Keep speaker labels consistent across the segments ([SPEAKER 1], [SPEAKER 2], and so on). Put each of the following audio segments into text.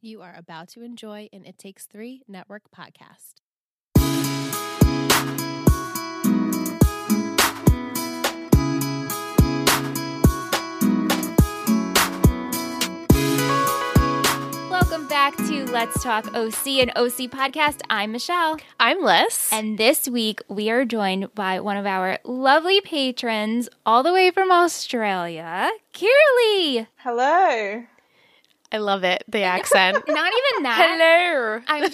[SPEAKER 1] You are about to enjoy an It Takes Three Network podcast.
[SPEAKER 2] Welcome back to Let's Talk OC and OC podcast. I'm Michelle.
[SPEAKER 1] I'm Les.
[SPEAKER 2] And this week we are joined by one of our lovely patrons all the way from Australia, Kirly.
[SPEAKER 3] Hello.
[SPEAKER 1] I love it, the accent.
[SPEAKER 2] Not even that.
[SPEAKER 1] Hello.
[SPEAKER 2] I'm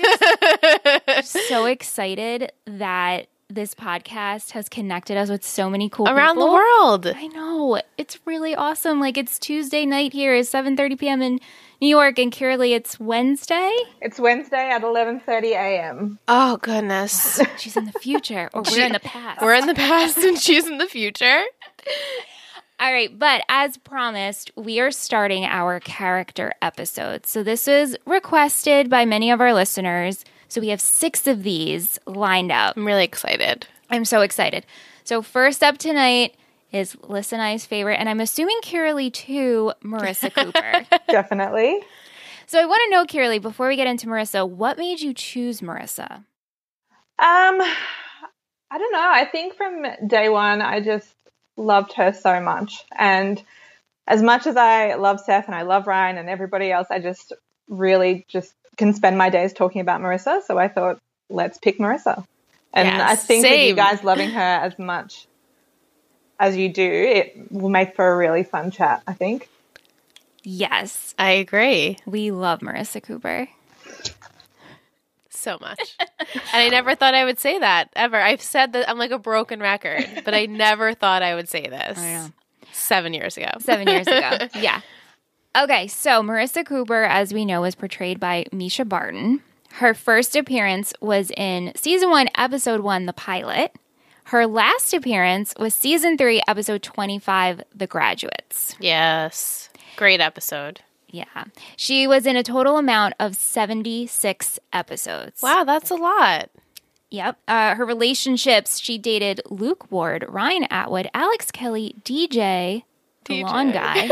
[SPEAKER 2] just so excited that this podcast has connected us with so many cool
[SPEAKER 1] Around the
[SPEAKER 2] people.
[SPEAKER 1] world.
[SPEAKER 2] I know. It's really awesome. Like it's Tuesday night here, it's 7:30 p.m. in New York and Kirly it's Wednesday.
[SPEAKER 3] It's Wednesday at 11:30 a.m.
[SPEAKER 1] Oh, goodness.
[SPEAKER 2] She's in the future or we're in the past.
[SPEAKER 1] We're in the past and she's in the future.
[SPEAKER 2] All right, but as promised, we are starting our character episode. So this is requested by many of our listeners. So we have six of these lined up.
[SPEAKER 1] I'm really excited.
[SPEAKER 2] I'm so excited. So first up tonight is Listen I's favorite, and I'm assuming Kiralee too, Marissa Cooper.
[SPEAKER 3] Definitely.
[SPEAKER 2] so I want to know, Kiralee, before we get into Marissa, what made you choose Marissa?
[SPEAKER 3] Um I don't know. I think from day 1 I just loved her so much and as much as I love Seth and I love Ryan and everybody else, I just really just can spend my days talking about Marissa, so I thought let's pick Marissa. And
[SPEAKER 1] Yes,
[SPEAKER 3] I think with you
[SPEAKER 1] same.
[SPEAKER 3] guys loving her as much as you do, it will make for a really fun chat, I think.
[SPEAKER 2] Yes,
[SPEAKER 1] I agree
[SPEAKER 2] we love Marissa Cooper.
[SPEAKER 1] so much. and I never thought I would say that ever. I've said that I'm like a broken record, but I never thought I would say this.
[SPEAKER 2] I know.
[SPEAKER 1] Seven years ago.
[SPEAKER 2] seven years ago. yeah. Okay, so Marissa Cooper, as we know, was portrayed by Misha Barton. Her first appearance was in season one, episode one, The Pilot. Her last appearance was season three, episode 25, The Graduates.
[SPEAKER 4] Yes. Great episode.
[SPEAKER 2] Yeah. She was in a total amount of 76 episodes.
[SPEAKER 4] Wow, that's a lot.
[SPEAKER 2] Yep. Uh, her relationships, she dated Luke Ward, Ryan Atwood, Alex Kelly, DJ,
[SPEAKER 4] DJ.
[SPEAKER 2] the lawn guy,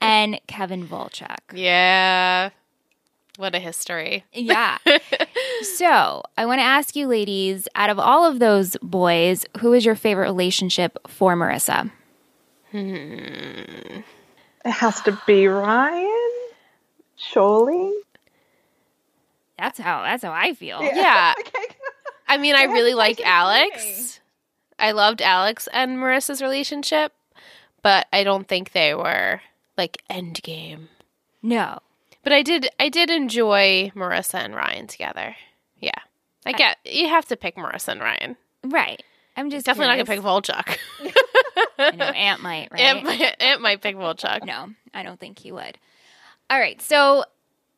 [SPEAKER 2] and Kevin Volchuk.
[SPEAKER 4] Yeah. What a history.
[SPEAKER 2] Yeah. so I want to ask you, ladies, out of all of those boys, who is your favorite relationship for Marissa?
[SPEAKER 3] It has to be Ryan, surely.
[SPEAKER 2] That's how that's how I feel.
[SPEAKER 4] Oh, Yeah.
[SPEAKER 3] Okay.
[SPEAKER 4] I mean, I really
[SPEAKER 3] Congratulations,
[SPEAKER 4] like
[SPEAKER 3] Courtney.
[SPEAKER 4] Alex. I loved Alex and Marissa's relationship, but I don't think they were like endgame.
[SPEAKER 2] No.
[SPEAKER 4] But I did I did enjoy Marissa and Ryan together. Yeah. I get you have to pick Marissa and Ryan.
[SPEAKER 2] Right. I'm just
[SPEAKER 4] Definitely not
[SPEAKER 2] curious.
[SPEAKER 4] gonna pick Volchuk.
[SPEAKER 2] I know Aunt might, right?
[SPEAKER 4] It, might, it might pick Volchuk.
[SPEAKER 2] No, I don't think he would. All right. So,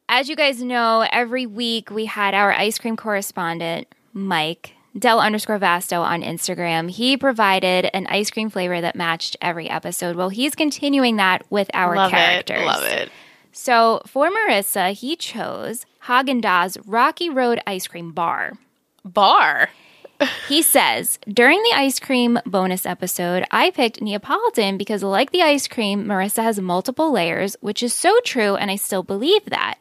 [SPEAKER 2] as you guys know, every week we had our ice cream correspondent, Mike Del underscore Vasto on Instagram. He provided an ice cream flavor that matched every episode. Well, he's continuing that with our
[SPEAKER 4] Love
[SPEAKER 2] characters.
[SPEAKER 4] it. Love it.
[SPEAKER 2] So, for Marissa, he chose Haagen Dazs Rocky Road Ice Cream Bar.
[SPEAKER 4] Bar.
[SPEAKER 2] He says, during the ice cream bonus episode, I picked Neapolitan because, like the ice cream, Marissa has multiple layers, which is so true, and I still believe that.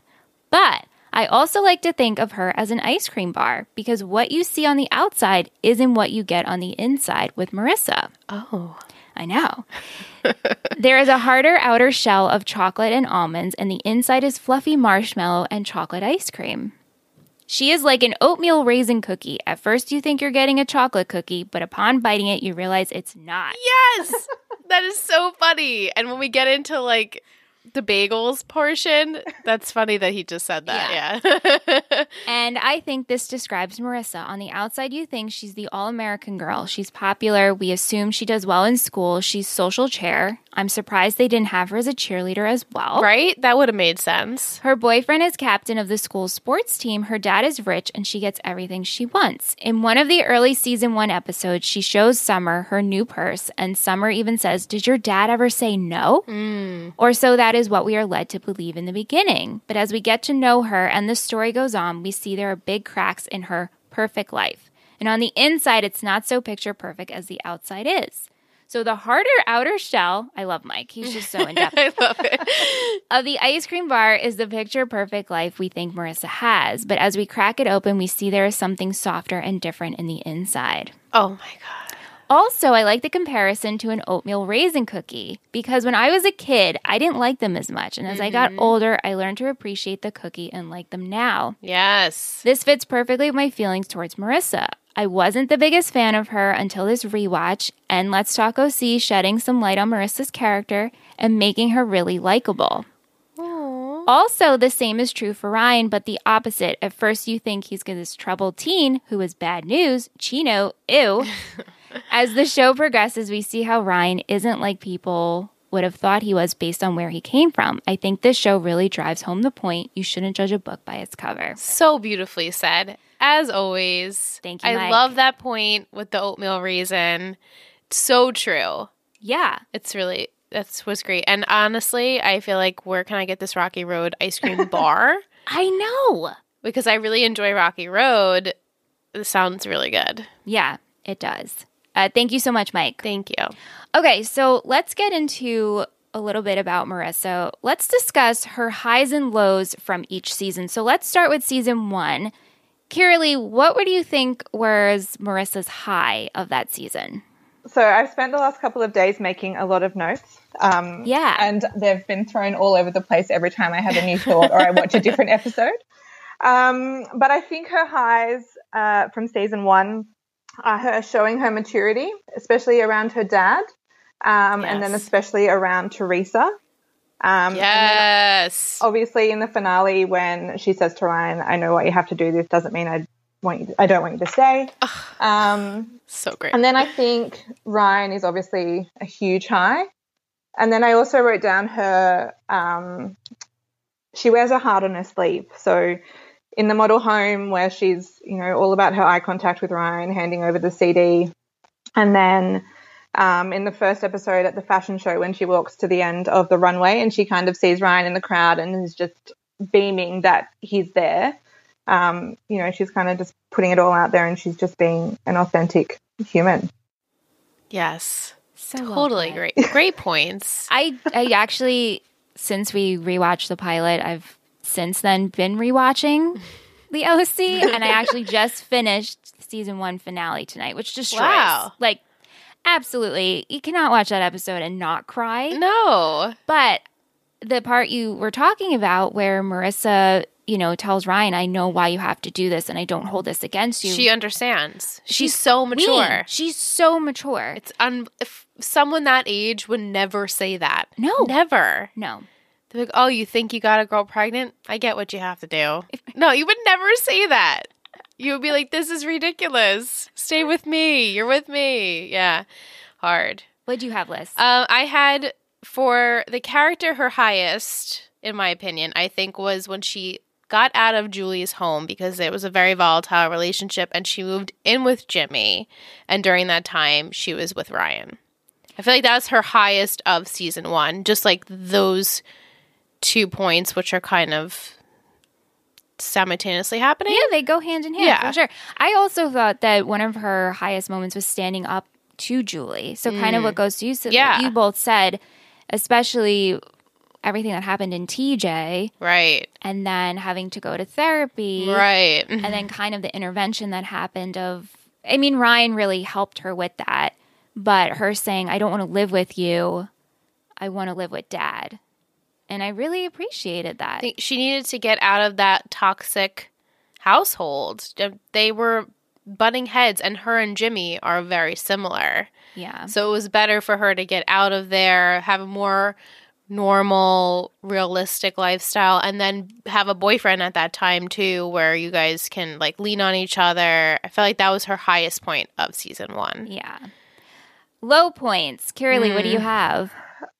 [SPEAKER 2] But I also like to think of her as an ice cream bar because what you see on the outside isn't what you get on the inside with Marissa.
[SPEAKER 4] Oh.
[SPEAKER 2] I know. there is a harder outer shell of chocolate and almonds, and the inside is fluffy marshmallow and chocolate ice cream. She is like an oatmeal raisin cookie. At first, you think you're getting a chocolate cookie, but upon biting it, you realize it's not.
[SPEAKER 4] Yes, that is so funny. And when we get into like the bagels portion, that's funny that he just said that. Yeah.
[SPEAKER 2] And I think this describes Marissa. On the outside, you think she's the all American girl. She's popular. We assume she does well in school. She's social chair. I'm surprised they didn't have her as a cheerleader as well.
[SPEAKER 4] right? That would have made sense.
[SPEAKER 2] Her boyfriend is captain of the school's sports team. Her dad is rich and she gets everything she wants. In one of the early season one episodes, she shows Summer her new purse, and Summer even says, Did your dad ever say no? Or so that is what we are led to believe in the beginning. But as we get to know her and the story goes on, we see there are big cracks in her perfect life. And on the inside, it's not so picture perfect as the outside is. So the harder outer shell, I love Mike. He's just so in depth.
[SPEAKER 4] I love it.
[SPEAKER 2] of Uh, the ice cream bar is the picture perfect life we think Marissa has, but as we crack it open, we see there is something softer and different in the inside.
[SPEAKER 4] Oh my god.
[SPEAKER 2] Also, I like the comparison to an oatmeal raisin cookie because when I was a kid, I didn't like them as much. And as I got older, I learned to appreciate the cookie and like them now.
[SPEAKER 4] Yes.
[SPEAKER 2] This fits perfectly with my feelings towards Marissa. I wasn't the biggest fan of her until this rewatch, and Let's Talk OC shedding some light on Marissa's character and making her really likable. Also, the same is true for Ryan, but the opposite. At first, you think he's this troubled teen who is bad news, Chino, ew. As the show progresses, we see how Ryan isn't like people would have thought he was based on where he came from. I think this show really drives home the point you shouldn't judge a book by its cover.
[SPEAKER 4] So beautifully said. As always.
[SPEAKER 2] Thank you,
[SPEAKER 4] I
[SPEAKER 2] Mike.
[SPEAKER 4] love that point with the oatmeal raisin. So true.
[SPEAKER 2] Yeah.
[SPEAKER 4] It's really that's was great. And honestly, I feel like where can I get this Rocky Road ice cream bar?
[SPEAKER 2] I know.
[SPEAKER 4] because I really enjoy Rocky Road. This sounds really good.
[SPEAKER 2] Yeah, it does. Uh, thank you so much, Mike.
[SPEAKER 4] Thank you.
[SPEAKER 2] Okay, so let's get into a little bit about Marissa. Let's discuss her highs and lows from each season. So let's start with season one. Kiralee, what would you think was Marissa's high of that season?
[SPEAKER 3] So I've spent the last couple of days making a lot of notes. Um,
[SPEAKER 2] Yeah.
[SPEAKER 3] And they've been thrown all over the place every time I have a new thought or I watch a different episode. Um, but I think her highs uh, from season one are her showing her maturity, especially around her dad, um, and then
[SPEAKER 4] Yes.
[SPEAKER 3] especially around Teresa. Um, Oh. and then
[SPEAKER 4] Yes.
[SPEAKER 3] obviously in the finale when she says to Ryan, "I know what you have to do. This doesn't mean I want you. I don't want you to stay." Um,
[SPEAKER 4] so great.
[SPEAKER 3] and then I think Ryan is obviously a huge high. And then I also wrote down her, um, she wears her heart on her sleeve. So in the model home where she's, you know, all about her eye contact with Ryan, handing over the CD. And then um, in the first episode at the fashion show when she walks to the end of the runway and she kind of sees Ryan in the crowd and is just beaming that he's there. Um, you know, she's kind of just putting it all out there and she's just being an authentic human.
[SPEAKER 4] yes.
[SPEAKER 2] So
[SPEAKER 4] Totally great. Great points.
[SPEAKER 2] I, I actually, since we rewatched the pilot, I've since then been rewatching the OC, and I actually just finished season one finale tonight, which destroys.
[SPEAKER 4] Wow.
[SPEAKER 2] Like, absolutely, you cannot watch that episode and not cry.
[SPEAKER 4] No.
[SPEAKER 2] But the part you were talking about, where Marissa, you know, tells Ryan, "I know why you have to do this, and I don't hold this against you."
[SPEAKER 4] She understands. She's,
[SPEAKER 2] She's
[SPEAKER 4] so
[SPEAKER 2] mean.
[SPEAKER 4] mature.
[SPEAKER 2] She's so mature.
[SPEAKER 4] It's un- if someone that age would never say that.
[SPEAKER 2] No.
[SPEAKER 4] Never.
[SPEAKER 2] no,
[SPEAKER 4] They're like, oh, you think you got a girl pregnant? I get what you have to do. No, you would never say that. You would be like, this is ridiculous. Stay with me. You're with me. Yeah. Hard.
[SPEAKER 2] what'd you have, Liz?
[SPEAKER 4] Um, I had for the character her highest, in my opinion, I think was when she got out of Julie's home because it was a very volatile relationship and she moved in with Jimmy. And during that time, she was with Ryan. I feel like that was her highest of season one, just like those two points, which are kind of simultaneously happening.
[SPEAKER 2] Yeah, they go hand in hand
[SPEAKER 4] Yeah.
[SPEAKER 2] for sure. I also thought that one of her highest moments was standing up to Julie. So kind of what goes to you, so
[SPEAKER 4] Mm. Yeah.
[SPEAKER 2] you both said, especially everything that happened in TJ,
[SPEAKER 4] Right.
[SPEAKER 2] and then having to go to therapy,
[SPEAKER 4] Right.
[SPEAKER 2] and then kind of the intervention that happened. Of, I mean, Ryan really helped her with that, but her saying, "I don't want to live with you, I want to live with Dad," and I really appreciated that.
[SPEAKER 4] think she needed to get out of that toxic household. They were butting heads, and her and Jimmy are very similar.
[SPEAKER 2] yeah,
[SPEAKER 4] So it was better for her to get out of there, have a more normal, realistic lifestyle, and then have a boyfriend at that time, too, where you guys can like lean on each other. I felt like that was her highest point of season one.
[SPEAKER 2] yeah. Low points, Kiralee. What do
[SPEAKER 4] Mm.
[SPEAKER 2] you have?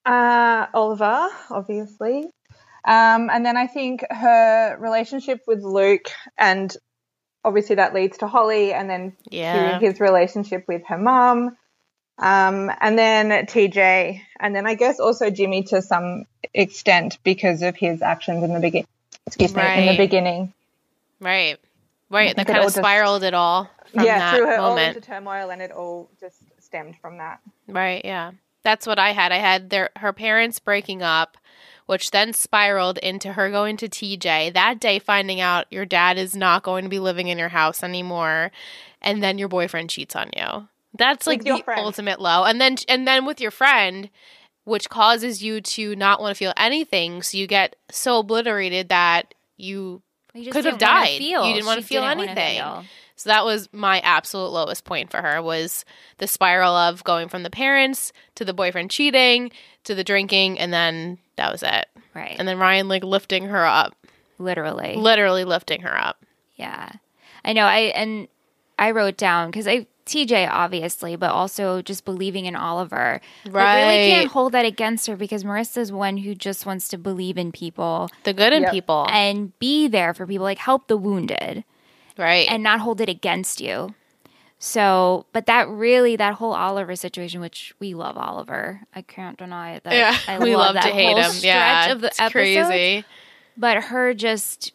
[SPEAKER 3] Uh, Oliver, obviously. Um, and then I think her relationship with Luke, and obviously that leads to Holly, and then
[SPEAKER 4] Yeah.
[SPEAKER 3] to his relationship with her mum, um, and then TJ, and then I guess also Jimmy to some extent because of his actions in the beginning. Excuse me, in
[SPEAKER 4] Right.
[SPEAKER 3] the beginning.
[SPEAKER 4] Right. Right. That
[SPEAKER 3] think it
[SPEAKER 4] kind
[SPEAKER 3] all
[SPEAKER 4] of
[SPEAKER 3] just-
[SPEAKER 4] spiraled it all from
[SPEAKER 3] yeah,
[SPEAKER 4] that
[SPEAKER 3] threw her all
[SPEAKER 4] moment.
[SPEAKER 3] into turmoil, and it all just stemmed from that.
[SPEAKER 4] Right, yeah. That's what I had. I had their her parents breaking up, which then spiraled into her going to TJ. That day finding out your dad is not going to be living in your house anymore and then your boyfriend cheats on you. That's like
[SPEAKER 3] With your
[SPEAKER 4] the
[SPEAKER 3] friend.
[SPEAKER 4] ultimate low. And then and then with your friend, which causes you to not want to feel anything, so you get so obliterated that you
[SPEAKER 2] You just
[SPEAKER 4] Could have
[SPEAKER 2] didn't wanna
[SPEAKER 4] died. You didn't wanna
[SPEAKER 2] She
[SPEAKER 4] feel
[SPEAKER 2] didn't wanna
[SPEAKER 4] anything.
[SPEAKER 2] feel.
[SPEAKER 4] So that was my absolute lowest point for her was the spiral of going from the parents to the boyfriend cheating to the drinking and then that was it.
[SPEAKER 2] Right.
[SPEAKER 4] And then Ryan like lifting her up,
[SPEAKER 2] Literally.
[SPEAKER 4] literally lifting her up.
[SPEAKER 2] Yeah. I know. I and I wrote down because I TJ obviously, but also just believing in Oliver. I really can't
[SPEAKER 4] Right.
[SPEAKER 2] hold that against her because Marissa's one who just wants to believe in people
[SPEAKER 4] The good in
[SPEAKER 3] Yep.
[SPEAKER 4] people,
[SPEAKER 2] and be there for people, like help the wounded
[SPEAKER 4] right?
[SPEAKER 2] and not hold it against you. So, but that really, that whole Oliver situation, which we love Oliver. I can't deny that.
[SPEAKER 4] yeah,
[SPEAKER 2] I
[SPEAKER 4] we love,
[SPEAKER 2] that
[SPEAKER 4] to hate him.
[SPEAKER 2] whole
[SPEAKER 4] Yeah,
[SPEAKER 2] stretch of the
[SPEAKER 4] it's
[SPEAKER 2] episodes
[SPEAKER 4] crazy.
[SPEAKER 2] but her just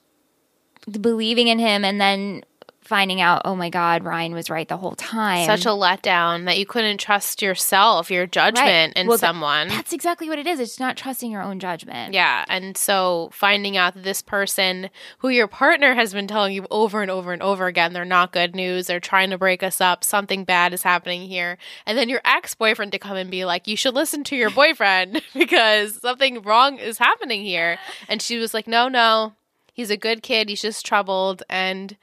[SPEAKER 2] believing in him and then finding out oh my god ryan was right the whole time
[SPEAKER 4] Such a letdown that you couldn't trust yourself, your judgment in
[SPEAKER 2] Well, th-
[SPEAKER 4] someone.
[SPEAKER 2] that's exactly what it is it's not trusting your own judgment
[SPEAKER 4] Yeah. And so finding out that this person who your partner has been telling you over and over and over again, they're not good news, they're trying to break us up, something bad is happening here. And then your ex boyfriend to come and be like, you should listen to your boyfriend because something wrong is happening here. And she was like, no, no, he's a good kid. He's just troubled. And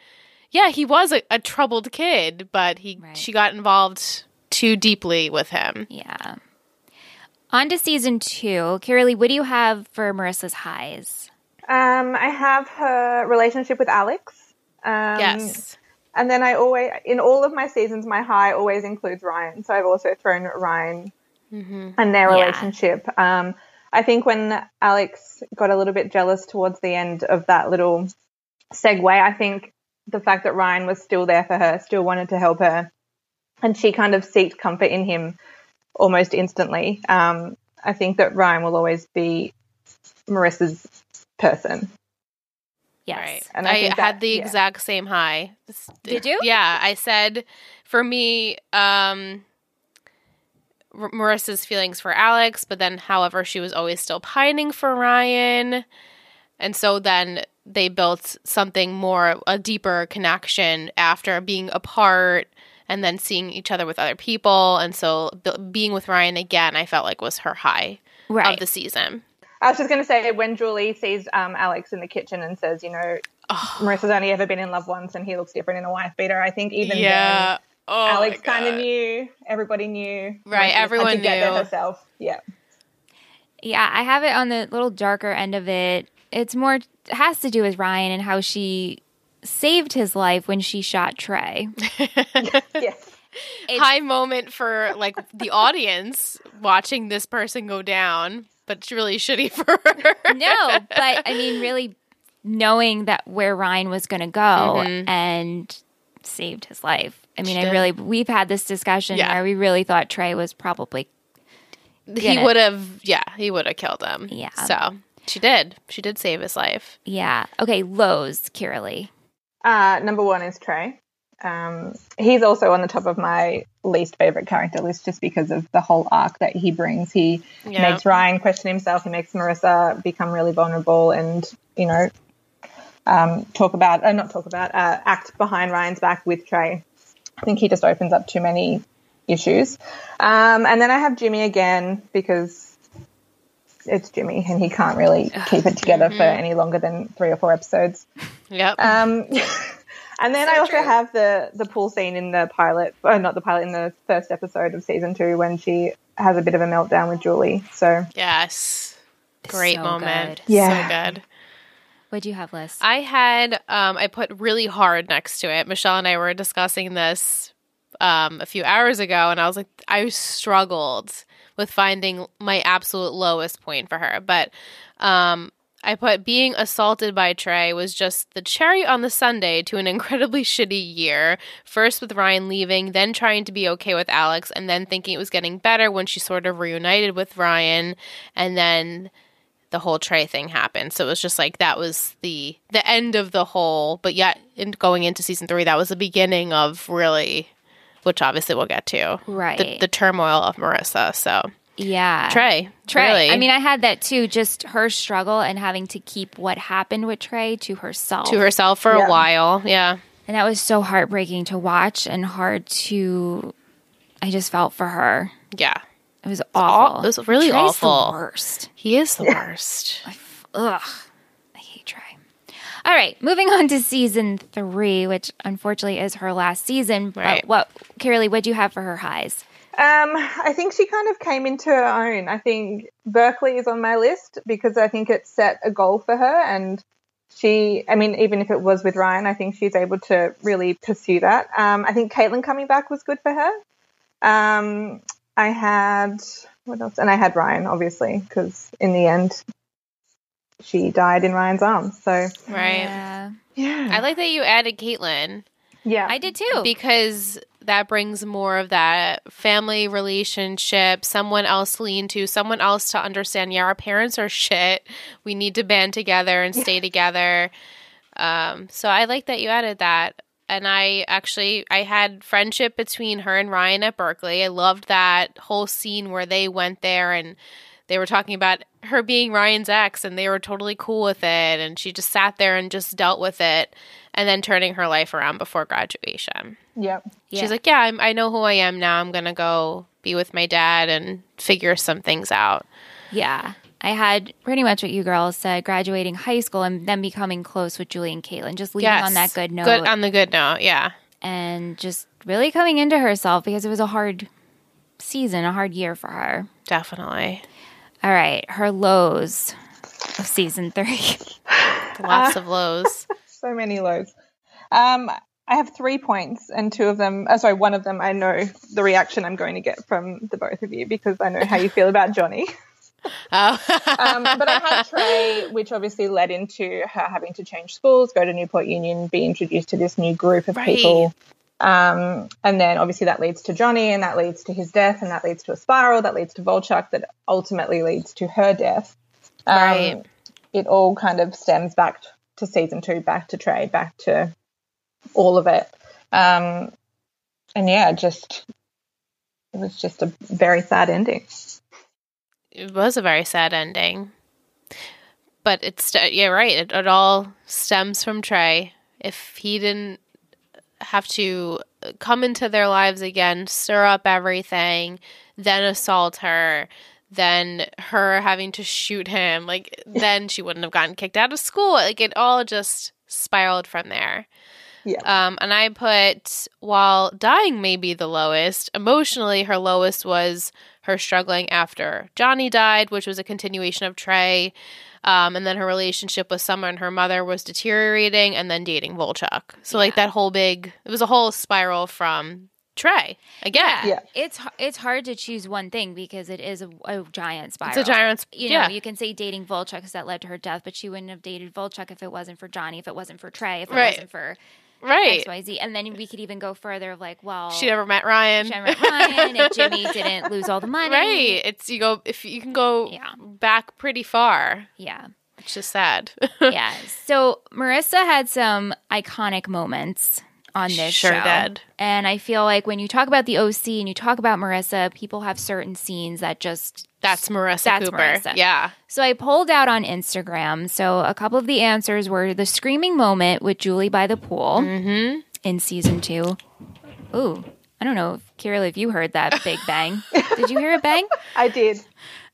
[SPEAKER 4] yeah, he was a, a troubled kid, but he
[SPEAKER 2] Right.
[SPEAKER 4] she got involved too deeply with him.
[SPEAKER 2] yeah on to season two Carolee, what do you have for marissa's highs
[SPEAKER 3] Um, I have her relationship with Alex. Um,
[SPEAKER 4] yes.
[SPEAKER 3] And then I always, in all of my seasons, my high always includes Ryan. So I've also thrown Ryan
[SPEAKER 4] Mm-hmm.
[SPEAKER 3] and their
[SPEAKER 2] Yeah.
[SPEAKER 3] relationship. Um, I think when Alex got a little bit jealous towards the end of that little segue, I think the fact that Ryan was still there for her, still wanted to help her, and she kind of seeked comfort in him almost instantly. Um, I think that Ryan will always be Marissa's person.
[SPEAKER 2] yes
[SPEAKER 4] Right.
[SPEAKER 3] And I
[SPEAKER 4] I,
[SPEAKER 3] think
[SPEAKER 4] had
[SPEAKER 3] that-
[SPEAKER 4] the
[SPEAKER 3] yeah.
[SPEAKER 4] exact same high.
[SPEAKER 2] Did you?
[SPEAKER 4] Yeah, I said for me, um R- Marissa's feelings for Alex, but then however she was always still pining for Ryan. And so then they built something more a deeper connection after being apart and then seeing each other with other people and so b- being with Ryan again I felt like was her high
[SPEAKER 2] right
[SPEAKER 4] of the season.
[SPEAKER 3] I was just going to say when Julie sees um, Alex in the kitchen and says, you know,
[SPEAKER 4] Oh,
[SPEAKER 3] Marissa's only ever been in love once and he looks different in a wife beater. I think even then,
[SPEAKER 4] yeah. Oh, my
[SPEAKER 3] Alex kind
[SPEAKER 4] God.
[SPEAKER 3] of knew, everybody knew.
[SPEAKER 4] Right,
[SPEAKER 3] Marissa had
[SPEAKER 4] everyone
[SPEAKER 3] to get there
[SPEAKER 4] knew.
[SPEAKER 3] herself. Yeah.
[SPEAKER 2] yeah i have it on the little darker end of it it's more it has to do with ryan and how she saved his life when she shot trey
[SPEAKER 3] Yes.
[SPEAKER 2] It's-
[SPEAKER 4] high moment for like the audience watching this person go down, but it's really shitty for her.
[SPEAKER 2] no, but I mean, really knowing that where Ryan was going to go Mm-hmm. and saved his life. I mean, I
[SPEAKER 4] did.
[SPEAKER 2] really, we've had this discussion
[SPEAKER 4] Yeah.
[SPEAKER 2] where we really thought Trey was probably,
[SPEAKER 4] he
[SPEAKER 2] it.
[SPEAKER 4] would have, yeah, he would have killed him.
[SPEAKER 2] Yeah.
[SPEAKER 4] So she did. She did save his life.
[SPEAKER 2] yeah. Okay, Lowe's, Kiralee.
[SPEAKER 3] Uh, number one is Trey. Um, he's also on the top of my least favorite character list just because of the whole arc that he brings. He
[SPEAKER 4] Yeah.
[SPEAKER 3] makes Ryan question himself. He makes Marissa become really vulnerable and, you know, um, talk about, uh, not talk about, uh, act behind Ryan's back with Trey. I think he just opens up too many issues. Um, and then I have Jimmy again because it's Jimmy and he can't really keep it together for any longer than three or four episodes.
[SPEAKER 4] Yep.
[SPEAKER 2] Uh,
[SPEAKER 3] Um, and then I also have the the pool scene in the pilot, oh, not the pilot, in the first episode of season two when she has a bit of a meltdown with Julie. So
[SPEAKER 4] yes. Great
[SPEAKER 2] So
[SPEAKER 4] moment.
[SPEAKER 2] good.
[SPEAKER 3] Yeah.
[SPEAKER 4] So good.
[SPEAKER 2] What'd you have, Liz?
[SPEAKER 4] I had um, I put really hard next to it. Michelle and I were discussing this um, a few hours ago, and I was like, I struggled with finding my absolute lowest point for her, but um, I put being assaulted by Trey was just the cherry on the Sunday to an incredibly shitty year. First with Ryan leaving, then trying to be okay with Alex, and then thinking it was getting better when she sort of reunited with Ryan, and then the whole Trey thing happened. So it was just like that was the the end of the whole. But yet, in going into season three, that was the beginning of really which obviously we'll get to.
[SPEAKER 2] Right.
[SPEAKER 4] The, the turmoil of Marissa. So
[SPEAKER 2] yeah.
[SPEAKER 4] Trey,
[SPEAKER 2] Trey.
[SPEAKER 4] really,
[SPEAKER 2] I mean, I had that too. Just her struggle and having to keep what happened with Trey to herself.
[SPEAKER 4] to herself for
[SPEAKER 3] Yeah.
[SPEAKER 4] a while. Yeah.
[SPEAKER 2] And that was so heartbreaking to watch and hard to. I just felt for her.
[SPEAKER 4] Yeah.
[SPEAKER 2] It was
[SPEAKER 4] aw-
[SPEAKER 2] awful.
[SPEAKER 4] it was really
[SPEAKER 2] Trey's
[SPEAKER 4] awful.
[SPEAKER 2] The worst.
[SPEAKER 4] He is the worst.
[SPEAKER 2] I f- Ugh. I hate Trey. All right, moving on to season three, which unfortunately is her last season. But
[SPEAKER 4] Right.
[SPEAKER 2] what, Carolee, what'd you have for her highs?
[SPEAKER 3] Um, I think she kind of came into her own. I think Berkeley is on my list because I think it set a goal for her, and she, I mean, even if it was with Ryan, I think she's able to really pursue that. Um, I think Caitlin coming back was good for her. Um, I had what else? And I had Ryan, obviously, because in the end, she died in Ryan's arms. So
[SPEAKER 4] Right.
[SPEAKER 2] Yeah.
[SPEAKER 3] yeah,
[SPEAKER 4] I like that you added Caitlin
[SPEAKER 3] yeah,
[SPEAKER 2] I did too.
[SPEAKER 4] because that brings more of that family relationship, someone else to lean to, someone else to understand. Yeah, our parents are shit. We need to band together and stay together. Um, so I like that you added that. And I actually I had friendship between her and Ryan at Berkeley. I loved that whole scene where they went there and they were talking about her being Ryan's ex and they were totally cool with it and she just sat there and just dealt with it and then turning her life around before graduation.
[SPEAKER 3] yeah.
[SPEAKER 2] Yeah.
[SPEAKER 4] She's like, "Yeah, I'm, I know who I am now. I'm going to go be with my dad and figure some things out."
[SPEAKER 2] Yeah. I had pretty much what you girls said graduating high school and then becoming close with Julie and Caitlin, just leaving
[SPEAKER 4] Yes.
[SPEAKER 2] on that good note
[SPEAKER 4] Good on the good note. Yeah.
[SPEAKER 2] and just really coming into herself because it was a hard season, a hard year for her.
[SPEAKER 4] Definitely.
[SPEAKER 2] All right, her lows of season three.
[SPEAKER 4] Lots
[SPEAKER 2] Uh,
[SPEAKER 4] of lows.
[SPEAKER 3] so many lows. Um, I have three points, and two of them. Oh, sorry, one of them. I know the reaction I'm going to get from the both of you because I know how you feel about Johnny.
[SPEAKER 4] Oh.
[SPEAKER 3] Um, but I had Trey, which obviously led into her having to change schools, go to Newport Union, be introduced to this new group of
[SPEAKER 4] Right.
[SPEAKER 3] people. Um, and then obviously that leads to Johnny, and that leads to his death, and that leads to a spiral, that leads to Volchuk, that ultimately leads to her death. Um,
[SPEAKER 4] Right.
[SPEAKER 3] It all kind of stems back t- to season two, back to Trey, back to all of it. Um, and yeah, just it was just a very sad ending.
[SPEAKER 4] it was a very sad ending. But it's st- yeah, right. It, it all stems from Trey. If he didn't have to come into their lives again, stir up everything, then assault her, then her having to shoot him, like then she wouldn't have gotten kicked out of school. Like it all just spiraled from there.
[SPEAKER 3] Yeah.
[SPEAKER 4] Um, and I put while dying may be the lowest, emotionally her lowest was her struggling after Johnny died, which was a continuation of Trey. Um, and then her relationship with Summer and her mother was deteriorating, and then dating Volchuk. So like that whole big, it was a whole spiral from Trey again.
[SPEAKER 3] Yeah.
[SPEAKER 2] It's h- it's hard to choose one thing because it is a, a giant spiral.
[SPEAKER 4] It's a giant, sp-
[SPEAKER 2] You know,
[SPEAKER 4] yeah,
[SPEAKER 2] you can say dating Volchuk because that led to her death, but she wouldn't have dated Volchuk if it wasn't for Johnny, if it wasn't for Trey, if it
[SPEAKER 4] Right.
[SPEAKER 2] wasn't for
[SPEAKER 4] right.
[SPEAKER 2] X, Y, Z. And then we could even go further of like, well,
[SPEAKER 4] She never met Ryan.
[SPEAKER 2] Jen met Ryan and Jimmy didn't lose all the money.
[SPEAKER 4] Right. It's you go if you can go
[SPEAKER 2] Yeah.
[SPEAKER 4] back pretty far,
[SPEAKER 2] Yeah.
[SPEAKER 4] which is sad.
[SPEAKER 2] Yeah. So Marissa had some iconic moments on this
[SPEAKER 4] Sure
[SPEAKER 2] show.
[SPEAKER 4] did.
[SPEAKER 2] And I feel like when you talk about the OC and you talk about Marissa, people have certain scenes that just
[SPEAKER 4] That's Marissa
[SPEAKER 2] That's
[SPEAKER 4] Cooper.
[SPEAKER 2] Marissa.
[SPEAKER 4] Yeah.
[SPEAKER 2] So I pulled out on Instagram. So a couple of the answers were the screaming moment with Julie by the pool
[SPEAKER 4] Mm-hmm.
[SPEAKER 2] in season two. Ooh, I don't know, if, Kirill, if you heard that big bang. did you hear a bang?
[SPEAKER 3] I did.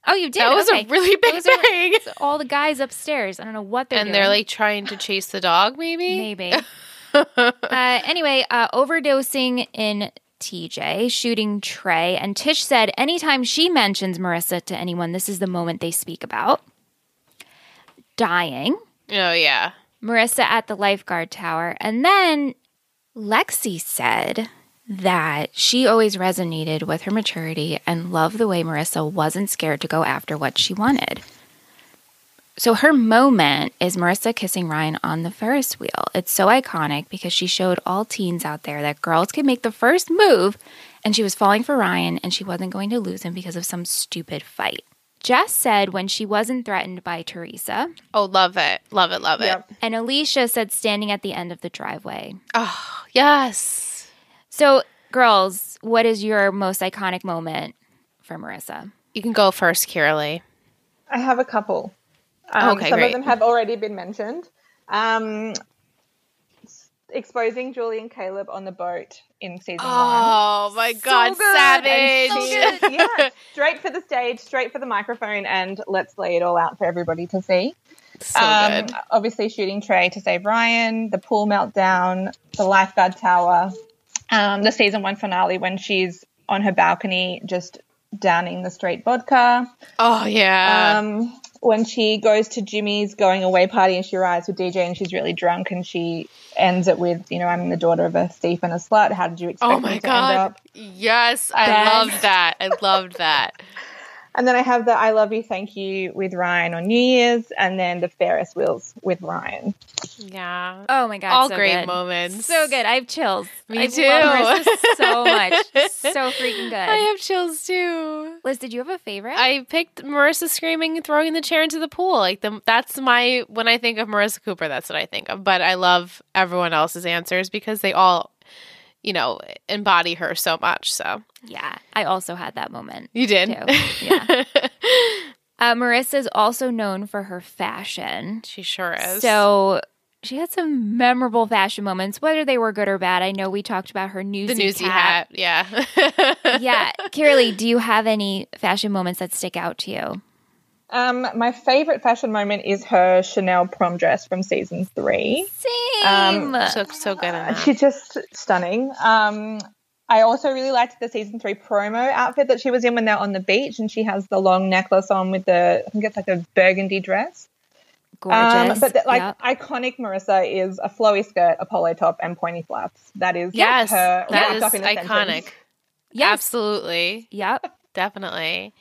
[SPEAKER 2] Oh, you did.
[SPEAKER 4] That was
[SPEAKER 2] Okay.
[SPEAKER 4] a really big
[SPEAKER 2] Those are-
[SPEAKER 4] thing.
[SPEAKER 2] So all the guys upstairs. I don't know what they're
[SPEAKER 4] And
[SPEAKER 2] doing.
[SPEAKER 4] they're like trying to chase the dog, maybe?
[SPEAKER 2] maybe. uh, anyway, uh, overdosing in TJ, shooting Trey, and Tish said anytime she mentions Marissa to anyone, this is the moment they speak about. Dying,
[SPEAKER 4] Oh yeah.
[SPEAKER 2] Marissa at the lifeguard tower, and then Lexi said that she always resonated with her maturity and loved the way Marissa wasn't scared to go after what she wanted. So her moment is Marissa kissing Ryan on the Ferris wheel. It's so iconic because she showed all teens out there that girls can make the first move, and she was falling for Ryan and she wasn't going to lose him because of some stupid fight. Jess said when she wasn't threatened by Teresa,
[SPEAKER 4] Oh, love it. Love it. Love it.
[SPEAKER 3] Yep.
[SPEAKER 2] and Alicia said standing at the end of the driveway.
[SPEAKER 4] Oh, yes.
[SPEAKER 2] So girls, what is your most iconic moment for Marissa?
[SPEAKER 4] You can go first, Kiralee.
[SPEAKER 3] I have a couple. Um,
[SPEAKER 4] Okay,
[SPEAKER 3] some
[SPEAKER 4] great.
[SPEAKER 3] of them have already been mentioned. Um, s- exposing Julie and Caleb on the boat in season one.
[SPEAKER 4] Oh my God,
[SPEAKER 2] good.
[SPEAKER 4] savage!
[SPEAKER 2] So
[SPEAKER 3] She- yeah, straight for the stage, straight for the microphone, and let's lay it all out for everybody to see.
[SPEAKER 4] So
[SPEAKER 3] um,
[SPEAKER 4] good.
[SPEAKER 3] Obviously, shooting Trey to save Ryan, the pool meltdown, the lifeguard tower, um, the season one finale when she's on her balcony just downing the straight vodka.
[SPEAKER 4] Oh yeah.
[SPEAKER 3] Um, when she goes to Jimmy's going away party and she rides with DJ and she's really drunk and she ends it with, you know, I'm the daughter of a thief and a slut. How did you expect
[SPEAKER 4] oh
[SPEAKER 3] me
[SPEAKER 4] my
[SPEAKER 3] to end
[SPEAKER 4] God.
[SPEAKER 3] up?
[SPEAKER 4] Yes, I
[SPEAKER 3] Yes.
[SPEAKER 4] loved that. I loved that.
[SPEAKER 3] And then I have the I love you, thank you with Ryan on New Year's and then the Ferris wheels with Ryan.
[SPEAKER 4] Yeah.
[SPEAKER 2] Oh my god,
[SPEAKER 4] All
[SPEAKER 2] so
[SPEAKER 4] great
[SPEAKER 2] good.
[SPEAKER 4] moments.
[SPEAKER 2] So good. I have chills.
[SPEAKER 4] Me
[SPEAKER 2] I
[SPEAKER 4] too.
[SPEAKER 2] Love Marissa so much. So freaking good.
[SPEAKER 4] I have chills too.
[SPEAKER 2] Liz, did you have a favorite?
[SPEAKER 4] I picked Marissa screaming and throwing the chair into the pool. Like the, that's my when I think of Marissa Cooper, that's what I think of. But I love everyone else's answers because they all, you know, embody her so much. So
[SPEAKER 2] yeah, I also had that moment.
[SPEAKER 4] you did.
[SPEAKER 2] Too, Uh, Marissa is also known for her fashion.
[SPEAKER 4] she sure is.
[SPEAKER 2] So she had some memorable fashion moments, whether they were good or bad. I know we talked about her newsy,
[SPEAKER 4] the newsy hat,
[SPEAKER 2] cap.
[SPEAKER 4] yeah,
[SPEAKER 2] yeah, Carolee, do you have any fashion moments that stick out to you?
[SPEAKER 3] Um, my favorite fashion moment is her Chanel prom dress from season three.
[SPEAKER 2] Same.
[SPEAKER 4] She looks so good in
[SPEAKER 3] Uh,
[SPEAKER 4] that.
[SPEAKER 3] She's just stunning. Um, I also really liked the season three promo outfit that she was in when they're on the beach, and she has the long necklace on with the I think it's like a burgundy dress. Um,
[SPEAKER 2] Gorgeous.
[SPEAKER 3] but the, like
[SPEAKER 2] Yep.
[SPEAKER 3] iconic Marissa is a flowy skirt, a polo top, and pointy flaps. That is
[SPEAKER 4] yes,
[SPEAKER 3] her
[SPEAKER 4] that
[SPEAKER 3] wrapped
[SPEAKER 4] is
[SPEAKER 3] up in a sentence.
[SPEAKER 4] iconic.
[SPEAKER 2] yes.
[SPEAKER 4] Absolutely,
[SPEAKER 2] Yep.
[SPEAKER 4] definitely.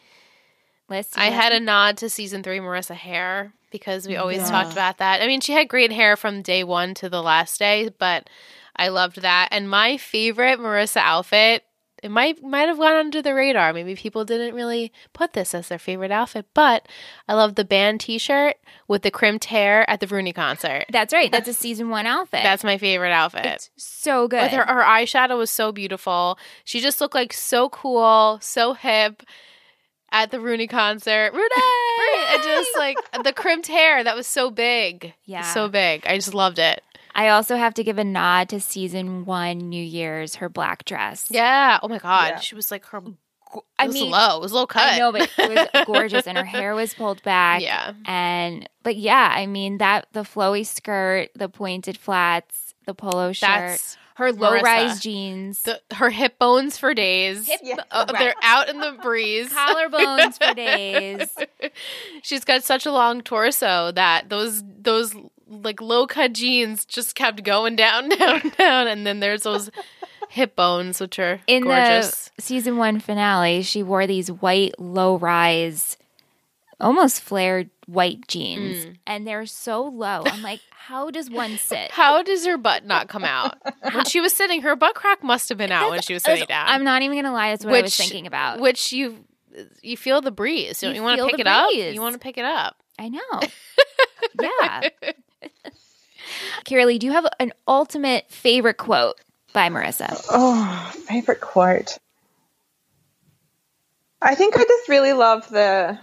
[SPEAKER 2] Liz, do you
[SPEAKER 4] I
[SPEAKER 2] have-
[SPEAKER 4] had a nod to season three, Marissa Hair, because we always
[SPEAKER 3] Yeah.
[SPEAKER 4] talked about that. I mean, she had great hair from day one to the last day, but I loved that. And my favorite Marissa outfit, it might might have gone under the radar. Maybe people didn't really put this as their favorite outfit, but I love the band T-shirt with the crimped hair at the Rooney concert.
[SPEAKER 2] That's right. That's a season one outfit.
[SPEAKER 4] That's my favorite outfit.
[SPEAKER 2] it's so good.
[SPEAKER 4] With her, her eyeshadow was so beautiful. She just looked like so cool, so hip at the Rooney concert. Rooney! I just like the crimped hair that was so big.
[SPEAKER 2] Yeah.
[SPEAKER 4] So big. I just loved it.
[SPEAKER 2] I also have to give a nod to season one New Year's, her black dress.
[SPEAKER 4] Yeah. Oh my God.
[SPEAKER 3] Yeah.
[SPEAKER 4] She was like her. It
[SPEAKER 2] I
[SPEAKER 4] was
[SPEAKER 2] mean,
[SPEAKER 4] low. It was low cut.
[SPEAKER 2] I know, but it was gorgeous, and her hair was pulled back.
[SPEAKER 4] Yeah.
[SPEAKER 2] And but yeah, I mean that the flowy skirt, the pointed flats, the polo shirt,
[SPEAKER 4] That's
[SPEAKER 2] her low
[SPEAKER 4] Marissa.
[SPEAKER 2] rise jeans,
[SPEAKER 4] the, her hip bones for days.
[SPEAKER 2] Hip-
[SPEAKER 3] Yeah,
[SPEAKER 4] Uh,
[SPEAKER 3] right.
[SPEAKER 4] They're out in the breeze.
[SPEAKER 2] collarbones for days.
[SPEAKER 4] She's got such a long torso that those those like low cut jeans just kept going down, down, down, and then there's those hip bones which are
[SPEAKER 2] In
[SPEAKER 4] gorgeous.
[SPEAKER 2] the season one finale, she wore these white low rise, almost flared white jeans,
[SPEAKER 4] Mm.
[SPEAKER 2] and they're so low. I'm like, how does one sit?
[SPEAKER 4] How does her butt not come out? When she was sitting, her butt crack must have been out when she was sitting down.
[SPEAKER 2] I'm not even gonna lie, that's what I
[SPEAKER 4] Which-
[SPEAKER 2] was thinking about.
[SPEAKER 4] which you you feel the breeze. Don't
[SPEAKER 2] You
[SPEAKER 4] you, want to
[SPEAKER 2] feel
[SPEAKER 4] pick
[SPEAKER 2] the
[SPEAKER 4] it up?
[SPEAKER 2] breeze.
[SPEAKER 4] You want to pick it up.
[SPEAKER 2] I know. yeah. Carolee, do you have an ultimate favorite quote by Marissa?
[SPEAKER 3] Oh, favorite quote. I think I just really love the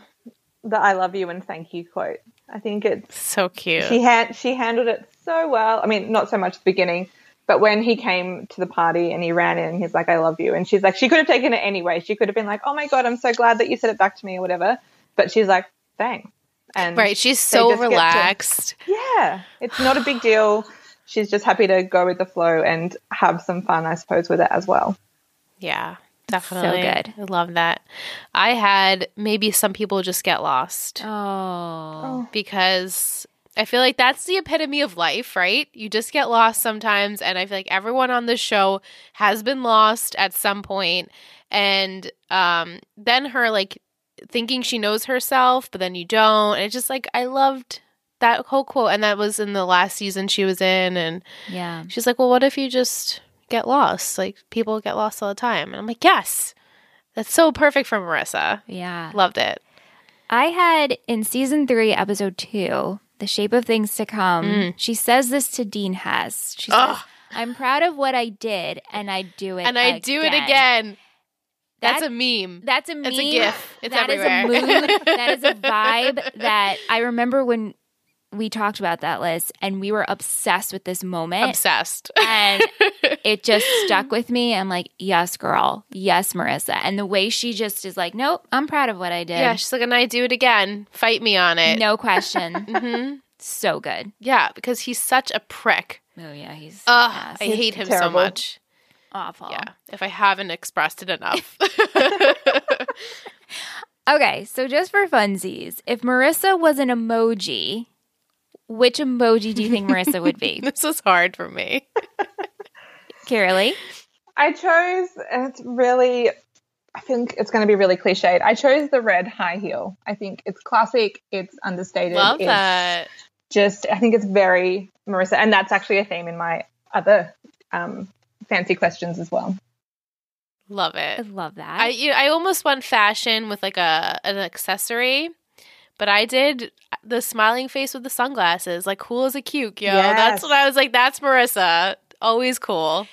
[SPEAKER 3] the I love you and thank you quote. I think it's
[SPEAKER 4] So cute.
[SPEAKER 3] she had she handled it so well. I mean, not so much at the beginning, but when he came to the party and he ran in, he's like, "I love you," and she's like, she could have taken it anyway. She could have been like, "Oh my god, I'm so glad that you said it back to me" or whatever. But she's like, "Thanks." And
[SPEAKER 4] right. She's
[SPEAKER 3] they
[SPEAKER 4] so
[SPEAKER 3] just get to-
[SPEAKER 4] relaxed.
[SPEAKER 3] yeah, it's not a big deal. She's just happy to go with the flow and have some fun, I suppose, with it as well.
[SPEAKER 4] Yeah, definitely.
[SPEAKER 2] good.
[SPEAKER 4] I love that. I had maybe some people just get lost
[SPEAKER 2] Oh.
[SPEAKER 4] because I feel like that's the epitome of life, right? You just get lost sometimes. And I feel like everyone on this show has been lost at some point. And um, then her like thinking she knows herself, but then you don't. And it's just like, I loved that whole quote. And that was in the last season she was in. And
[SPEAKER 2] Yeah.
[SPEAKER 4] She's like, Well, what if you just get lost? Like, people get lost all the time. And I'm like, Yes, that's so perfect for Marissa.
[SPEAKER 2] Yeah.
[SPEAKER 4] Loved it.
[SPEAKER 2] I had in season three,
[SPEAKER 4] Mm.
[SPEAKER 2] episode two, The Shape of Things to Come, she says this to Dean Hess. She says, I'm proud of what I did, and I do it,
[SPEAKER 4] and I do it again. That's a meme.
[SPEAKER 2] That's a
[SPEAKER 4] That's
[SPEAKER 2] meme.
[SPEAKER 4] a gif. It's
[SPEAKER 2] That is
[SPEAKER 4] everywhere.
[SPEAKER 2] a mood. that is a vibe that I remember when we talked about that list and we were obsessed with this moment.
[SPEAKER 4] Obsessed.
[SPEAKER 2] and it just stuck with me. I'm like, yes, girl. Yes, Marissa. And the way she just is like, nope, I'm proud of what I did.
[SPEAKER 4] Yeah, she's like, and I do it again. Fight me on it.
[SPEAKER 2] no question.
[SPEAKER 4] hmm
[SPEAKER 2] so good.
[SPEAKER 4] Yeah, because he's such a prick.
[SPEAKER 2] Oh, yeah. He's
[SPEAKER 4] Ugh,
[SPEAKER 2] yes,
[SPEAKER 4] I
[SPEAKER 3] He's
[SPEAKER 4] hate him so
[SPEAKER 3] terrible.
[SPEAKER 4] much.
[SPEAKER 2] awful.
[SPEAKER 4] Yeah, if I haven't expressed it enough.
[SPEAKER 2] Okay. So, just for funsies, if Marissa was an emoji, which emoji do you think Marissa would be?
[SPEAKER 4] this is hard for me.
[SPEAKER 2] Carolee?
[SPEAKER 3] I chose, it's really, I think it's going to be really cliched. I chose the red high heel. I think it's classic, it's understated.
[SPEAKER 4] Love
[SPEAKER 3] it's
[SPEAKER 4] that.
[SPEAKER 3] Just, I think it's very Marissa. And that's actually a theme in my other um, fancy questions as well.
[SPEAKER 4] Love
[SPEAKER 2] I
[SPEAKER 4] it.
[SPEAKER 2] love that.
[SPEAKER 4] I you, I almost went fashion with like a an accessory, but I did the smiling face with the sunglasses. Like cool as a cuke, yo. That's
[SPEAKER 3] Yes.
[SPEAKER 4] what I was like. That's Marissa. Always cool.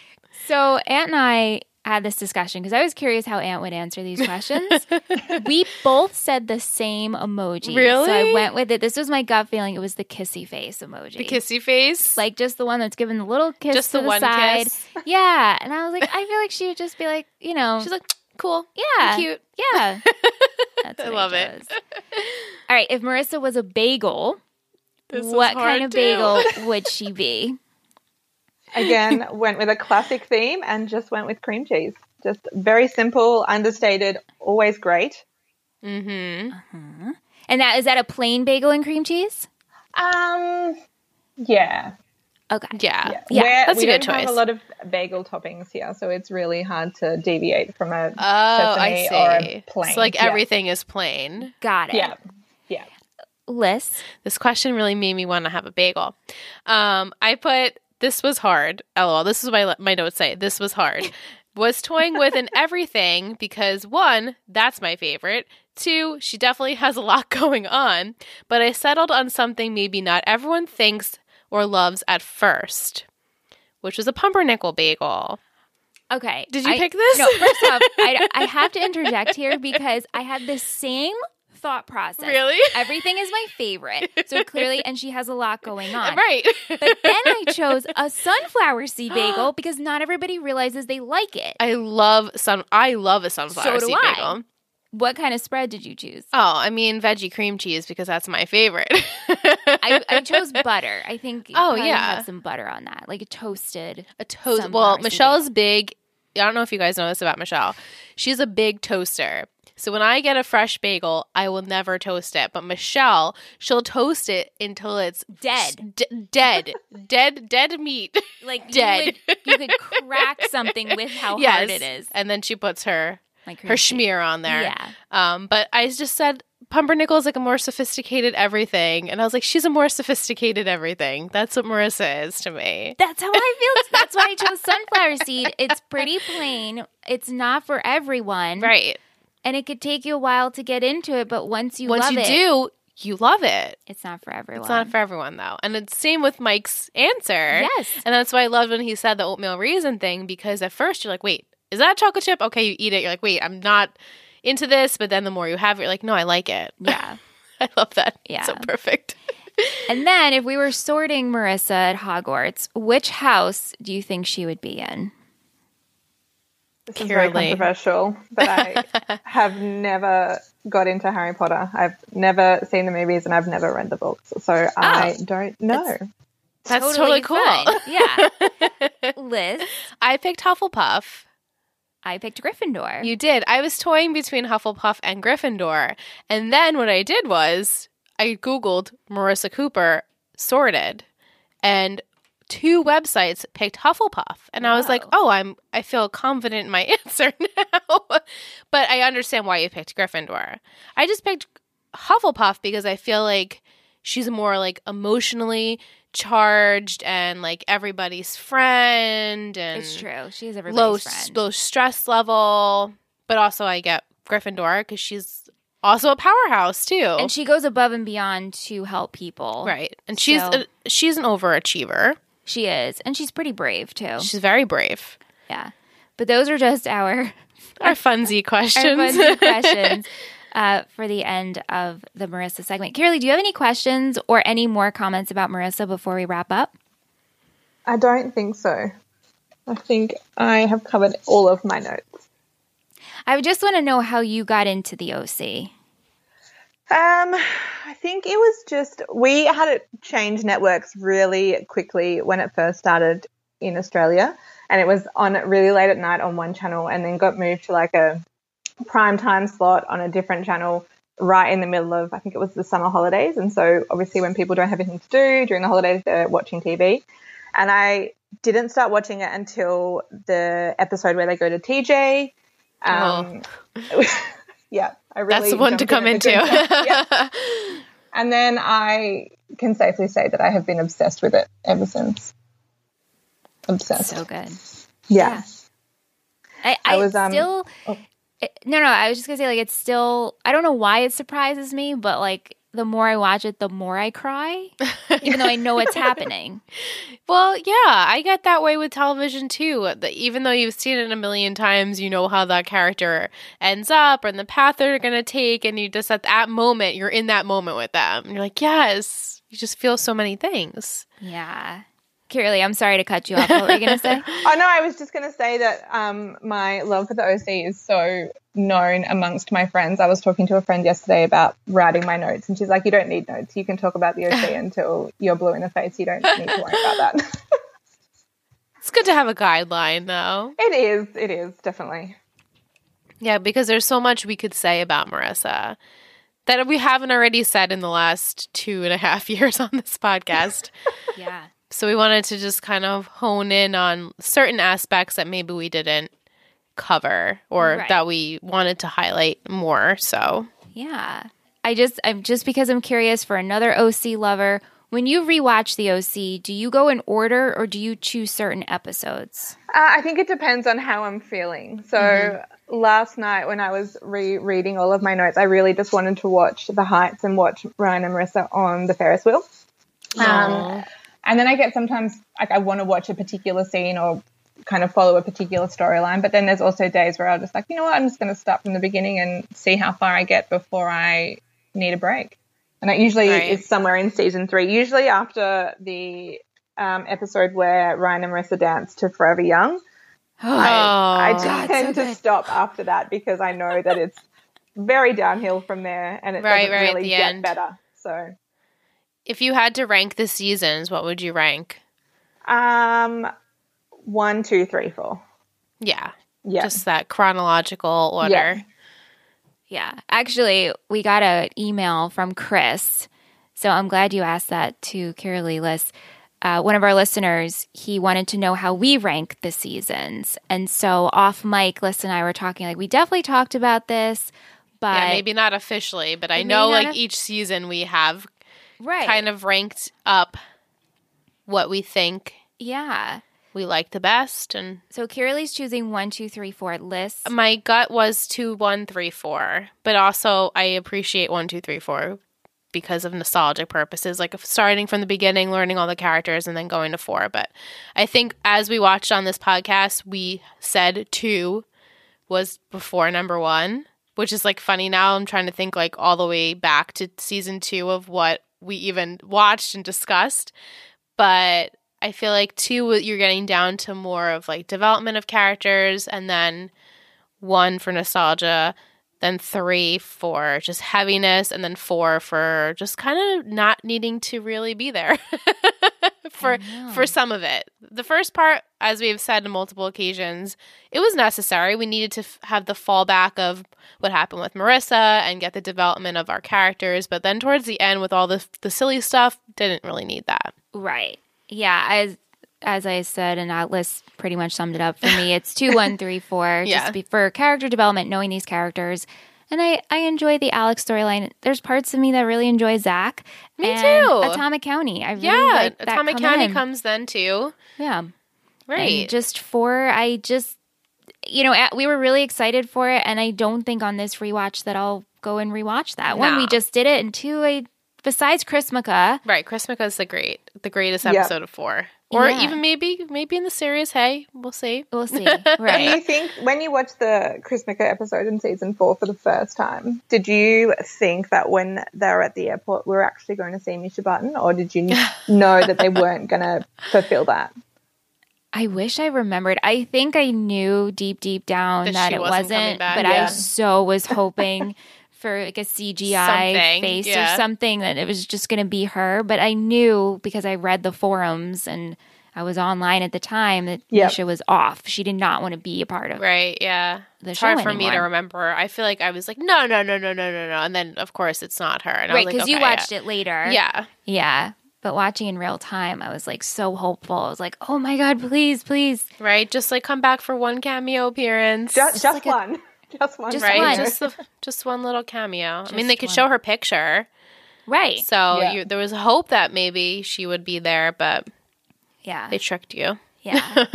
[SPEAKER 2] So Aunt and I had this discussion because I was curious how Aunt would answer these questions. we both said the same emoji. So I
[SPEAKER 4] Really?
[SPEAKER 2] went with it. This was my gut feeling. It was the kissy face emoji.
[SPEAKER 4] The kissy face,
[SPEAKER 2] Like just the one that's given the little kiss
[SPEAKER 4] just
[SPEAKER 2] to
[SPEAKER 4] the,
[SPEAKER 2] the,
[SPEAKER 4] one
[SPEAKER 2] side.
[SPEAKER 4] kiss.
[SPEAKER 2] Yeah. And I was like, I feel like she would just be like, you know,
[SPEAKER 4] She's like cool,
[SPEAKER 2] yeah,
[SPEAKER 4] cute.
[SPEAKER 2] yeah. That's
[SPEAKER 4] I
[SPEAKER 2] what
[SPEAKER 4] love it.
[SPEAKER 2] chose. All right. If Marissa was a bagel,
[SPEAKER 4] This is
[SPEAKER 2] what
[SPEAKER 4] hard
[SPEAKER 2] kind of
[SPEAKER 4] too.
[SPEAKER 2] bagel would she be?
[SPEAKER 3] Again, went with a classic theme and just went with cream cheese. Just very simple, understated, always great.
[SPEAKER 4] Mm-hmm.
[SPEAKER 2] Uh-huh. And that is that a plain bagel and cream cheese?
[SPEAKER 3] Um, yeah.
[SPEAKER 2] Okay.
[SPEAKER 4] Uh, Yeah.
[SPEAKER 3] Yeah,
[SPEAKER 2] Yeah,
[SPEAKER 3] Where-
[SPEAKER 4] that's
[SPEAKER 3] we
[SPEAKER 4] a good
[SPEAKER 3] don't have a
[SPEAKER 4] choice.
[SPEAKER 3] lot of bagel toppings here, so it's really hard to deviate from a.
[SPEAKER 4] Oh, I
[SPEAKER 3] Sesame or
[SPEAKER 4] see.
[SPEAKER 3] plain,
[SPEAKER 4] So like
[SPEAKER 3] yeah.
[SPEAKER 4] everything is plain.
[SPEAKER 2] Got it.
[SPEAKER 3] yeah, yeah.
[SPEAKER 2] Liz.
[SPEAKER 4] This question really made me want to have a bagel. Um, I put this was hard. LOL. This is what my my notes say. This was hard. was toying with an everything because one, that's my favorite. Two, she definitely has a lot going on, but I settled on something maybe not everyone thinks or loves at first, which was a pumpernickel bagel.
[SPEAKER 2] Okay.
[SPEAKER 4] Did you
[SPEAKER 2] I-
[SPEAKER 4] pick this?
[SPEAKER 2] No, first off, I, I have to interject here because I had the same thought process.
[SPEAKER 4] Really?
[SPEAKER 2] Everything is my favorite. So clearly, and she has a lot going on.
[SPEAKER 4] Right.
[SPEAKER 2] But then I chose a sunflower seed bagel because not everybody realizes they like it.
[SPEAKER 4] I love sun. I love a sunflower
[SPEAKER 2] do
[SPEAKER 4] seed
[SPEAKER 2] I.
[SPEAKER 4] bagel.
[SPEAKER 2] What kind of spread did you choose?
[SPEAKER 4] Oh, I mean veggie cream cheese because that's my favorite.
[SPEAKER 2] I, I chose butter. I think. you
[SPEAKER 4] Oh,
[SPEAKER 2] probably
[SPEAKER 4] yeah.
[SPEAKER 2] have some butter on that, like a toasted.
[SPEAKER 4] a toast.
[SPEAKER 2] Some
[SPEAKER 4] Well,
[SPEAKER 2] bars and
[SPEAKER 4] Michelle's big. I don't know if you guys know this about Michelle. She's a big toaster. So when I get a fresh bagel, I will never toast it. But Michelle, she'll toast it until it's
[SPEAKER 2] Dead.
[SPEAKER 4] d- dead, dead, dead meat.
[SPEAKER 2] Like
[SPEAKER 4] Dead.
[SPEAKER 2] You, would, you could crack something with how hard it is.
[SPEAKER 4] And then she puts her
[SPEAKER 2] Like
[SPEAKER 4] her schmear on there.
[SPEAKER 2] Yeah.
[SPEAKER 4] Um, but I just said pumpernickel is like a more sophisticated everything, and I was like, she's a more sophisticated everything. That's what Marissa is to me.
[SPEAKER 2] That's how I feel. That's why I chose sunflower seed. It's pretty plain. It's not for everyone,
[SPEAKER 4] Right.
[SPEAKER 2] And it could take you a while to get into it, but once you
[SPEAKER 4] Once
[SPEAKER 2] love
[SPEAKER 4] you
[SPEAKER 2] it,
[SPEAKER 4] do, you love it.
[SPEAKER 2] it's not for everyone.
[SPEAKER 4] It's not for everyone though. And it's same with Mike's answer.
[SPEAKER 2] Yes,
[SPEAKER 4] And that's why I loved when he said the oatmeal raisin thing because at first you're like, wait, is that a chocolate chip? Okay, you eat it. You're like, wait, I'm not into this. But then the more you have it, you're like, no, I like it.
[SPEAKER 2] yeah.
[SPEAKER 4] I love that.
[SPEAKER 2] Yeah.
[SPEAKER 4] So perfect.
[SPEAKER 2] And then if we were sorting Marissa at Hogwarts, which house do you think she would be in?
[SPEAKER 3] This is very
[SPEAKER 4] Caroline.
[SPEAKER 3] controversial, but I have never got into Harry Potter. I've never seen the movies and I've never read the books, so I don't know.
[SPEAKER 4] Ah, That's totally, cool.
[SPEAKER 2] fine. Yeah, Liz,
[SPEAKER 4] I picked Hufflepuff.
[SPEAKER 2] I picked Gryffindor.
[SPEAKER 4] You did. I was toying between Hufflepuff and Gryffindor. And then what I did was I Googled Marissa Cooper sorted and two websites picked Hufflepuff. And I was like,
[SPEAKER 2] Wow.
[SPEAKER 4] oh, I'm I feel confident in my answer now. but I understand why you picked Gryffindor. I just picked Hufflepuff because I feel like she's more like emotionally charged and like everybody's friend and
[SPEAKER 2] it's true. She is everybody's
[SPEAKER 4] low s-
[SPEAKER 2] friend.
[SPEAKER 4] low stress level, but also I get Gryffindor because she's also a powerhouse too.
[SPEAKER 2] and she goes above and beyond to help people.
[SPEAKER 4] right, and she's
[SPEAKER 2] So-
[SPEAKER 4] a, she's an overachiever.
[SPEAKER 2] She is, and she's pretty brave too.
[SPEAKER 4] She's very brave.
[SPEAKER 2] Yeah. But those are just our
[SPEAKER 4] Our funsy questions.
[SPEAKER 2] our fun questions uh, for the end of the Marissa segment. Kiralee, do you have any questions or any more comments about Marissa before we wrap up?
[SPEAKER 3] I don't think so. I think I have covered all of my notes.
[SPEAKER 2] I just want to know how you got into the OC.
[SPEAKER 3] Um, I think it was just we had to change networks really quickly when it first started in Australia, and it was on really late at night on one channel, and then got moved to like a prime time slot on a different channel right in the middle of I think it was the summer holidays, and so obviously when people don't have anything to do during the holidays, they're watching TV, and I didn't start watching it until the episode where they go to TJ. Um, yeah, I really
[SPEAKER 4] Oh. That's the one to
[SPEAKER 3] jumped in
[SPEAKER 4] come
[SPEAKER 3] at the
[SPEAKER 4] into.
[SPEAKER 3] good time. Yeah. And then I can safely say that I have been obsessed with it ever since. Obsessed.
[SPEAKER 2] So good.
[SPEAKER 3] yeah.
[SPEAKER 2] I, I,
[SPEAKER 3] I was, um,
[SPEAKER 2] still
[SPEAKER 3] oh.
[SPEAKER 2] it- no no. I was just gonna say like it's still. I don't know why it surprises me, but like the more I watch it, the more I cry, even though I know what's happening.
[SPEAKER 4] Well, yeah, I get that way with television too. That even though you've seen it a million times, you know how that character ends up and the path they're going to take. And you just, at that moment, you're in that moment with them. And you're like, yes, you just feel so many things.
[SPEAKER 2] Yeah, Kiralee, I'm sorry to cut you off. What were you gonna say?
[SPEAKER 3] Oh no, I was just going to say that um, my love for the OC is so known amongst my friends. I was talking to a friend yesterday about writing my notes, and she's like, "You don't need notes. You can talk about the OC until you're blue in the face. You don't need to worry about that."
[SPEAKER 4] It's good to have a guideline, though.
[SPEAKER 3] it is. It is definitely.
[SPEAKER 4] Yeah, because there's so much we could say about Marissa that we haven't already said in the last two and a half years on this podcast.
[SPEAKER 2] Yeah.
[SPEAKER 4] So we wanted to just kind of hone in on certain aspects that maybe we didn't cover or
[SPEAKER 2] Right.
[SPEAKER 4] that we wanted to highlight more. So
[SPEAKER 2] Yeah. I just I'm just because I'm curious for another OC lover, when you rewatch the OC, do you go in order or do you choose certain episodes?
[SPEAKER 3] Uh, I think it depends on how I'm feeling. So last night when I was rereading all of my notes, I really just wanted to watch The Heights and watch Ryan and Marissa on the Ferris wheel. Um, and then I get sometimes like I want to watch a particular scene or kind of follow a particular storyline, but then there's also days where I'll just like, you know what, I'm just going to start from the beginning and see how far I get before I need a break. And that usually
[SPEAKER 4] Right.
[SPEAKER 3] is somewhere in season three, usually after the um, episode where Ryan and Marissa dance to Forever Young. I,
[SPEAKER 4] Oh.
[SPEAKER 3] I tend to stop after that because I know that it's very downhill from there and it
[SPEAKER 4] Right, right,
[SPEAKER 3] doesn't
[SPEAKER 4] at
[SPEAKER 3] really
[SPEAKER 4] the
[SPEAKER 3] get
[SPEAKER 4] end.
[SPEAKER 3] better. So,
[SPEAKER 4] if you had to rank the seasons, what would you rank?
[SPEAKER 3] um, one, two, three, four.
[SPEAKER 4] Yeah,
[SPEAKER 3] Yeah.
[SPEAKER 4] just that chronological order.
[SPEAKER 2] Yeah. Actually, we got an email from Chris. So I'm glad you asked that to Carolee Liss. Uh, one of our listeners, he wanted to know how we rank the seasons. And so off mic, Liz and I were talking, like, we definitely talked about this, but
[SPEAKER 4] Yeah, maybe not officially, but I
[SPEAKER 2] Maybe
[SPEAKER 4] know
[SPEAKER 2] not
[SPEAKER 4] like
[SPEAKER 2] a-
[SPEAKER 4] each season we have
[SPEAKER 2] right.
[SPEAKER 4] kind of ranked up what we think
[SPEAKER 2] Yeah.
[SPEAKER 4] we like the best and
[SPEAKER 2] So Kiralee's choosing one, two, three, four. Liz.
[SPEAKER 4] my gut was two one three four but also i appreciate one two three four because of nostalgic purposes like if starting from the beginning learning all the characters and then going to four but i think as we watched on this podcast we said two was before number one which is like funny now i'm trying to think like all the way back to season two of what we even watched and discussed but i feel like two you're getting down to more of like development of characters and then one for nostalgia, then three for just heaviness, and then four for just kind of not needing to really be there for
[SPEAKER 2] know.
[SPEAKER 4] for some of it. The first part, as we've said on multiple occasions, it was necessary. We needed to f- have the fallback of what happened with Marissa and get the development of our characters. But then towards the end, with all the the silly stuff, didn't really need that.
[SPEAKER 2] Right. Yeah. As as I said, and Atlas pretty much summed it up for me. It's two, one, three, four.
[SPEAKER 4] Yeah.
[SPEAKER 2] Just be, for character development, knowing these characters, and I I enjoy the Alex storyline. There's parts of me that really enjoy Zach.
[SPEAKER 4] Me
[SPEAKER 2] and
[SPEAKER 4] too.
[SPEAKER 2] Atomic County. I really
[SPEAKER 4] Yeah,
[SPEAKER 2] like Mm, that
[SPEAKER 4] Atomic
[SPEAKER 2] coming
[SPEAKER 4] County
[SPEAKER 2] in.
[SPEAKER 4] comes then too.
[SPEAKER 2] Yeah.
[SPEAKER 4] Right.
[SPEAKER 2] And just for I just you know at- we were really excited for it, and I don't think on this rewatch that I'll go and rewatch that one.
[SPEAKER 4] No.
[SPEAKER 2] We just did it, and two I. Besides Chris McCa,
[SPEAKER 4] right. Chris McCa's the great the greatest
[SPEAKER 3] Yeah.
[SPEAKER 4] episode of four. or
[SPEAKER 2] Yeah.
[SPEAKER 4] even maybe maybe in the series. Hey, we'll see.
[SPEAKER 2] We'll see.
[SPEAKER 3] Do
[SPEAKER 2] Right.
[SPEAKER 3] you think when you watched the Chris Micker episode in season four for the first time, did you think that when they were at the airport, we were actually going to see Misha Button, or did you kn- know that they weren't going to fulfill that?
[SPEAKER 2] I wish I remembered. I think I knew deep, deep down that,
[SPEAKER 4] That she
[SPEAKER 2] it
[SPEAKER 4] wasn't
[SPEAKER 2] wasn't,
[SPEAKER 4] coming back.
[SPEAKER 2] but I
[SPEAKER 3] Yeah.
[SPEAKER 2] so was hoping for like a CGI
[SPEAKER 4] Something,
[SPEAKER 2] face
[SPEAKER 4] yeah.
[SPEAKER 2] or something that it was just going to be her. But I knew because I read the forums and I was online at the time that
[SPEAKER 3] Yep.
[SPEAKER 2] Misha was off. She did not want to be a part of
[SPEAKER 4] Right? Yeah.
[SPEAKER 2] the
[SPEAKER 4] It's
[SPEAKER 2] show
[SPEAKER 4] hard
[SPEAKER 2] anymore.
[SPEAKER 4] for me to remember. I feel like I was like, no, no, no, no, no, no, no, and then of course it's not her. And I
[SPEAKER 2] right,
[SPEAKER 4] was
[SPEAKER 2] because
[SPEAKER 4] like,
[SPEAKER 2] you
[SPEAKER 4] okay, yeah.
[SPEAKER 2] watched it later.
[SPEAKER 4] Yeah.
[SPEAKER 2] Yeah. But watching in real time, I was like so hopeful. I was like, oh my God, please, please.
[SPEAKER 4] Right. Just like come back for one cameo appearance.
[SPEAKER 3] Just, just
[SPEAKER 2] like a-
[SPEAKER 3] one. Just one.
[SPEAKER 2] Just
[SPEAKER 4] right.
[SPEAKER 2] one.
[SPEAKER 4] Just the, just one little cameo. I mean,
[SPEAKER 2] Just
[SPEAKER 4] they could
[SPEAKER 2] one.
[SPEAKER 4] show her picture,
[SPEAKER 2] Right.
[SPEAKER 4] so
[SPEAKER 3] Yeah.
[SPEAKER 4] you, there was hope that maybe she would be there, but
[SPEAKER 2] Yeah.
[SPEAKER 4] they tricked you.
[SPEAKER 2] Yeah.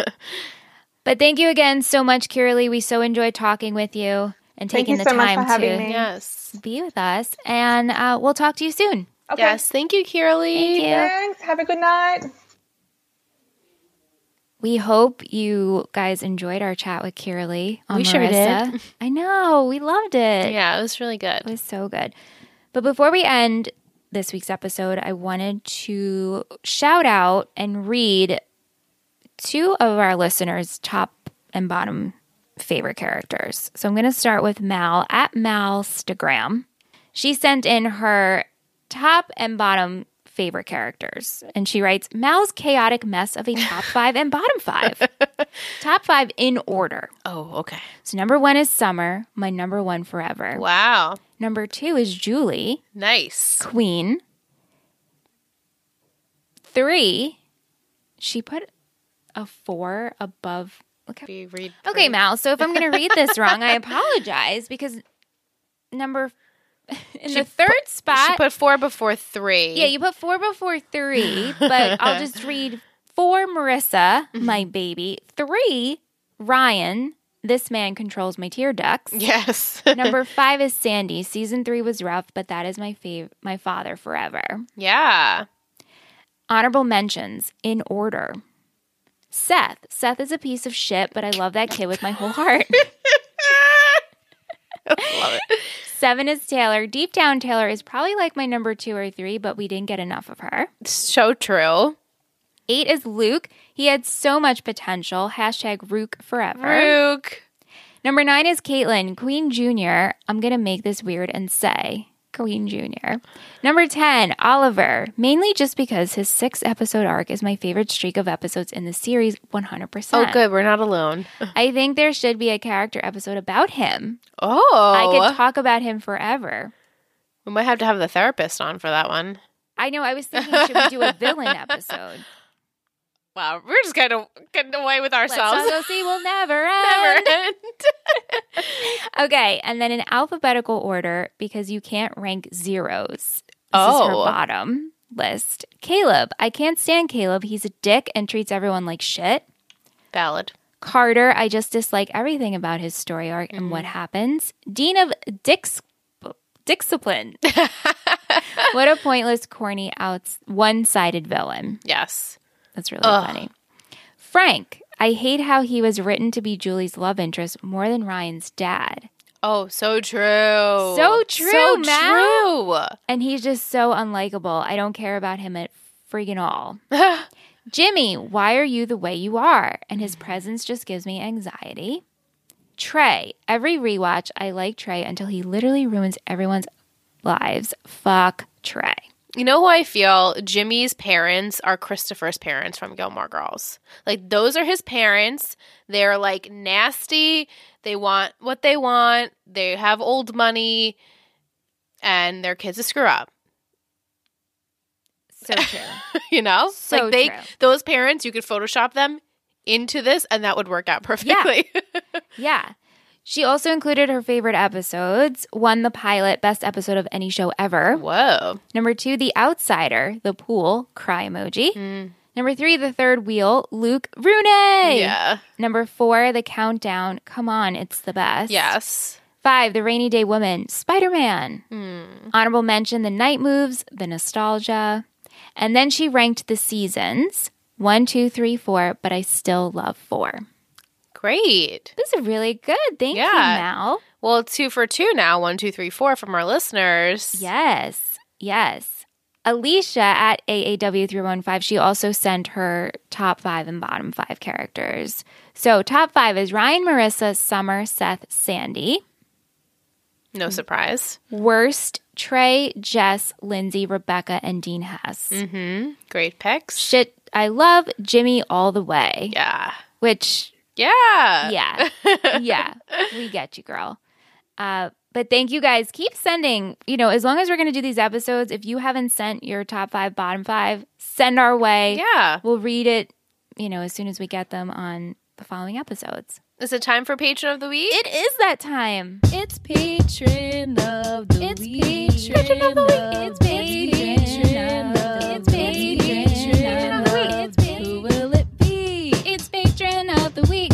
[SPEAKER 2] but thank you again so much, Kiralee. We so enjoyed talking with you and
[SPEAKER 3] Thank
[SPEAKER 2] taking
[SPEAKER 3] you
[SPEAKER 2] the
[SPEAKER 3] so much for
[SPEAKER 2] time
[SPEAKER 3] having
[SPEAKER 2] to
[SPEAKER 3] me.
[SPEAKER 4] Yes.
[SPEAKER 2] be with us. And uh, we'll talk to you soon.
[SPEAKER 3] Okay.
[SPEAKER 4] Yes. Thank you, Kiralee.
[SPEAKER 2] Thank you.
[SPEAKER 3] Thanks. Have a good night.
[SPEAKER 2] We hope you guys enjoyed our chat with Kiralee on
[SPEAKER 4] We sure
[SPEAKER 2] Marissa. I know. We loved it.
[SPEAKER 4] Yeah, it was really good.
[SPEAKER 2] It was so good. But before we end this week's episode, I wanted to shout out and read two of our listeners' top and bottom favorite characters. So I'm going to start with Mal at Malstagram. She sent in her top and bottom favorite characters, and she writes Mal's chaotic mess of a top five and bottom five. top five in order.
[SPEAKER 4] Oh, okay.
[SPEAKER 2] So number one is Summer, my number one forever.
[SPEAKER 4] Wow.
[SPEAKER 2] Number two is Julie,
[SPEAKER 4] Nice.
[SPEAKER 2] Queen. Three, she put a four above. Look how,
[SPEAKER 4] We read
[SPEAKER 2] okay, Mal. So if I'm going to read this wrong, I apologize because number in the third spot.
[SPEAKER 4] She put four before three.
[SPEAKER 2] yeah, you put four before three, but I'll just read four. Marissa, my baby. Three, Ryan. This man controls my tear ducts.
[SPEAKER 4] Yes.
[SPEAKER 2] Number five is Sandy. Season three was rough, but that is my fav- my father forever.
[SPEAKER 4] yeah.
[SPEAKER 2] Honorable mentions in order. Seth. Seth is a piece of shit, but I love that kid with my whole heart.
[SPEAKER 4] Love it.
[SPEAKER 2] Seven is Taylor. Deep down, Taylor is probably like my number two or three, but we didn't get enough of her.
[SPEAKER 4] So true.
[SPEAKER 2] Eight is Luke. He had so much potential. Hashtag Rook forever.
[SPEAKER 4] Rook.
[SPEAKER 2] Number nine is Caitlin, Queen Jr. I'm going to make this weird and say Queen Jr. Number 10, Oliver, mainly just because his six episode arc is my favorite streak of episodes in the series 100%.
[SPEAKER 4] Oh, good. We're not alone.
[SPEAKER 2] I think there should be a character episode about him.
[SPEAKER 4] Oh.
[SPEAKER 2] I could talk about him forever.
[SPEAKER 4] we might have to have the therapist on for that one.
[SPEAKER 2] I know, I was thinking, should we do a villain episode?
[SPEAKER 4] Wow. We're just kind of getting away with
[SPEAKER 2] Let's all
[SPEAKER 4] ourselves.
[SPEAKER 2] go see, will never
[SPEAKER 4] Never
[SPEAKER 2] end.
[SPEAKER 4] end.
[SPEAKER 2] Okay, and then in alphabetical order because you can't rank zeros. This is her
[SPEAKER 4] Oh.
[SPEAKER 2] bottom list. Caleb, I can't stand Caleb. He's a dick and treats everyone like shit.
[SPEAKER 4] Valid.
[SPEAKER 2] Carter, I just dislike everything about his story arc and
[SPEAKER 4] Mm.
[SPEAKER 2] what happens. Dean of Dix Discipline. what a pointless, corny, out one-sided villain.
[SPEAKER 4] Yes.
[SPEAKER 2] That's really
[SPEAKER 4] Ugh.
[SPEAKER 2] funny. Frank, I hate how he was written to be Julie's love interest more than Ryan's dad.
[SPEAKER 4] Oh, so true.
[SPEAKER 2] So true,
[SPEAKER 4] So
[SPEAKER 2] Mal. And he's just so unlikable. I don't care about him at friggin' all.
[SPEAKER 4] true.
[SPEAKER 2] Jimmy, why are you the way you are? And his presence just gives me anxiety. Trey, every rewatch, I like Trey until he literally ruins everyone's lives. Fuck Trey.
[SPEAKER 4] You know who I feel? Jimmy's parents are Christopher's parents from Gilmore Girls. Like those are his parents. They're like nasty. They want what they want. They have old money, and their kids a screw up.
[SPEAKER 2] So true.
[SPEAKER 4] You know,
[SPEAKER 2] So
[SPEAKER 4] like they
[SPEAKER 2] true.
[SPEAKER 4] those parents, you could Photoshop them into this, and that would work out perfectly.
[SPEAKER 2] yeah. She also included her favorite episodes one, the pilot, best episode of any show ever.
[SPEAKER 4] Whoa,
[SPEAKER 2] Number two, The Outsider, The Pool, cry emoji.
[SPEAKER 4] Mm.
[SPEAKER 2] Number three, The Third Wheel, Luke Rooney.
[SPEAKER 4] yeah,
[SPEAKER 2] Number four, The Countdown, come on, it's the best.
[SPEAKER 4] yes,
[SPEAKER 2] Five, The Rainy Day Woman, Spider Man.
[SPEAKER 4] Hmm.
[SPEAKER 2] Honorable mention, The Night Moves, The Nostalgia. And then she ranked the seasons One, two, three, four, but I still love four.
[SPEAKER 4] Great.
[SPEAKER 2] This is really good. Thank you,
[SPEAKER 4] Yeah.
[SPEAKER 2] Mal.
[SPEAKER 4] Well, two for two now. One, two, three, four from our listeners.
[SPEAKER 2] Yes. Yes. Alicia at AAW315, she also sent her top five and bottom five characters. So, top five is Ryan, Marissa, Summer, Seth, Sandy.
[SPEAKER 4] No surprise.
[SPEAKER 2] Worst, Trey, Jess, Lindsay, Rebecca, and Dean Hess.
[SPEAKER 4] Mm-hmm. Great picks.
[SPEAKER 2] Shit, I love Jimmy all the way,
[SPEAKER 4] Yeah.
[SPEAKER 2] which,
[SPEAKER 4] Yeah.
[SPEAKER 2] yeah, yeah, we get you, girl. Uh, but thank you guys. Keep sending, you know, as long as we're going to do these episodes, if you haven't sent your top five, bottom five, send our way.
[SPEAKER 4] Yeah.
[SPEAKER 2] We'll read it, you know, as soon as we get them on the following episodes.
[SPEAKER 4] Is it time for patron of the week?
[SPEAKER 2] It is that time.
[SPEAKER 1] It's patron of the
[SPEAKER 2] It's
[SPEAKER 1] week.
[SPEAKER 2] patron of the week. It's patron
[SPEAKER 1] patron
[SPEAKER 2] of the
[SPEAKER 1] of
[SPEAKER 2] week.
[SPEAKER 1] the week.
[SPEAKER 2] It's patron of the week. It's patron of the week.
[SPEAKER 1] Who will it be?
[SPEAKER 2] It's patron of the week.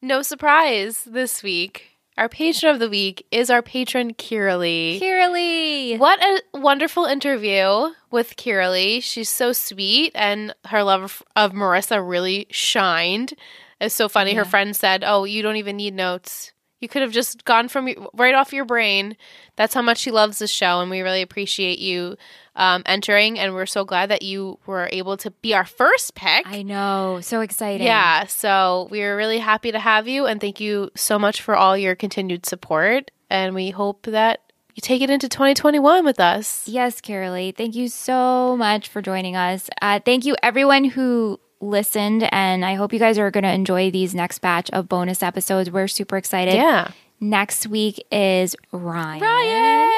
[SPEAKER 4] No surprise this week. Our patron of the week is our patron Kiralee.
[SPEAKER 2] Kiralee.
[SPEAKER 4] What a wonderful interview with Kiralee. She's so sweet, and her love of- of Marissa really shined. It's so funny. Her
[SPEAKER 2] Yeah.
[SPEAKER 4] friend said, "Oh, you don't even need notes. You could have just gone from your- right off your brain." That's how much she loves the show, and we really appreciate you um, entering. And we're so glad that you were able to be our first pick.
[SPEAKER 2] I know. So exciting.
[SPEAKER 4] Yeah, so we're really happy to have you, and thank you so much for all your continued support. And we hope that you take it into 2021 with us.
[SPEAKER 2] Yes, Carolee. Thank you so much for joining us. Uh, thank you, everyone who listened. And I hope you guys are going to enjoy these next batch of bonus episodes. We're super excited.
[SPEAKER 4] Yeah.
[SPEAKER 2] Next week is Ryan.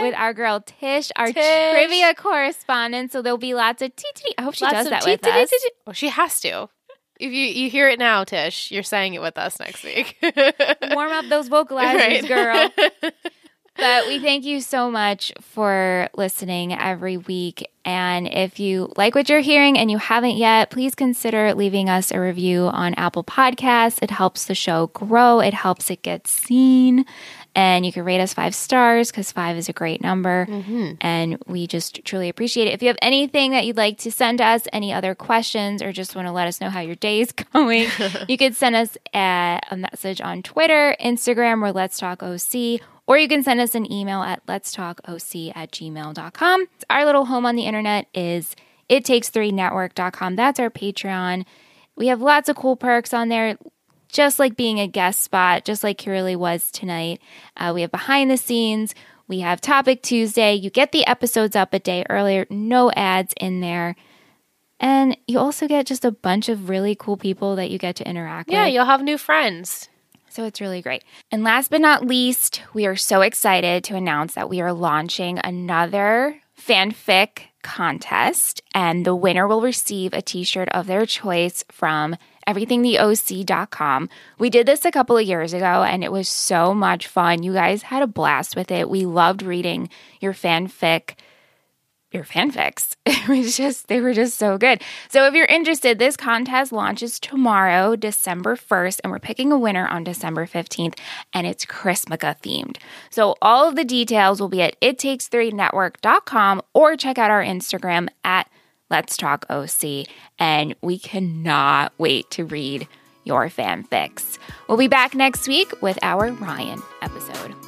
[SPEAKER 2] With our girl Tish, our
[SPEAKER 4] Tish.
[SPEAKER 2] trivia correspondent. So there'll be lots of tea. tea- I hope she
[SPEAKER 4] Lots
[SPEAKER 2] does
[SPEAKER 4] of
[SPEAKER 2] that
[SPEAKER 4] tea-
[SPEAKER 2] with
[SPEAKER 4] tea- tea-
[SPEAKER 2] us.
[SPEAKER 4] tea- tea- Oh, she has to. If you, you hear it now, Tish, you're saying it with us next week.
[SPEAKER 2] Warm up those vocalizers,
[SPEAKER 4] Right.
[SPEAKER 2] girl. But we thank you so much for listening every week. And if you like what you're hearing and you haven't yet, please consider leaving us a review on Apple Podcasts. It helps the show grow, it helps it get seen. And you can rate us five stars because five is a great number. And we just truly appreciate it. If you have anything that you'd like to send us, any other questions, or just want to let us know how your day is going, you can send us a, a message on Twitter, Instagram, or Let's Talk OC, or you can send us an email at letstalkoc at gmail.com. Our little home on the internet is ittakes3network.com. That's our Patreon. We have lots of cool perks on there just like being a guest spot, just like Kiralee was tonight. Uh, we have behind the scenes. We have Topic Tuesday. You get the episodes up a day earlier, no ads in there. And you also get just a bunch of really cool people that you get to interact
[SPEAKER 4] yeah,
[SPEAKER 2] with.
[SPEAKER 4] you'll have new friends.
[SPEAKER 2] So it's really great. And last but not least, we are so excited to announce that we are launching another fanfic contest, and the winner will receive a t shirt of their choice from everythingtheoc.com. We did this a couple of years ago, and it was so much fun. You guys had a blast with it. We loved reading your fanfic your fanfics. It was just, they were just so good. So if you're interested, this contest launches tomorrow, December 1st, and we're picking a winner on December 15th, and it's Chrismica themed. So all of the details will be at ittakes3network.com or check out our Instagram at Let's Talk OC. And we cannot wait to read your fanfics. We'll be back next week with our Ryan episode.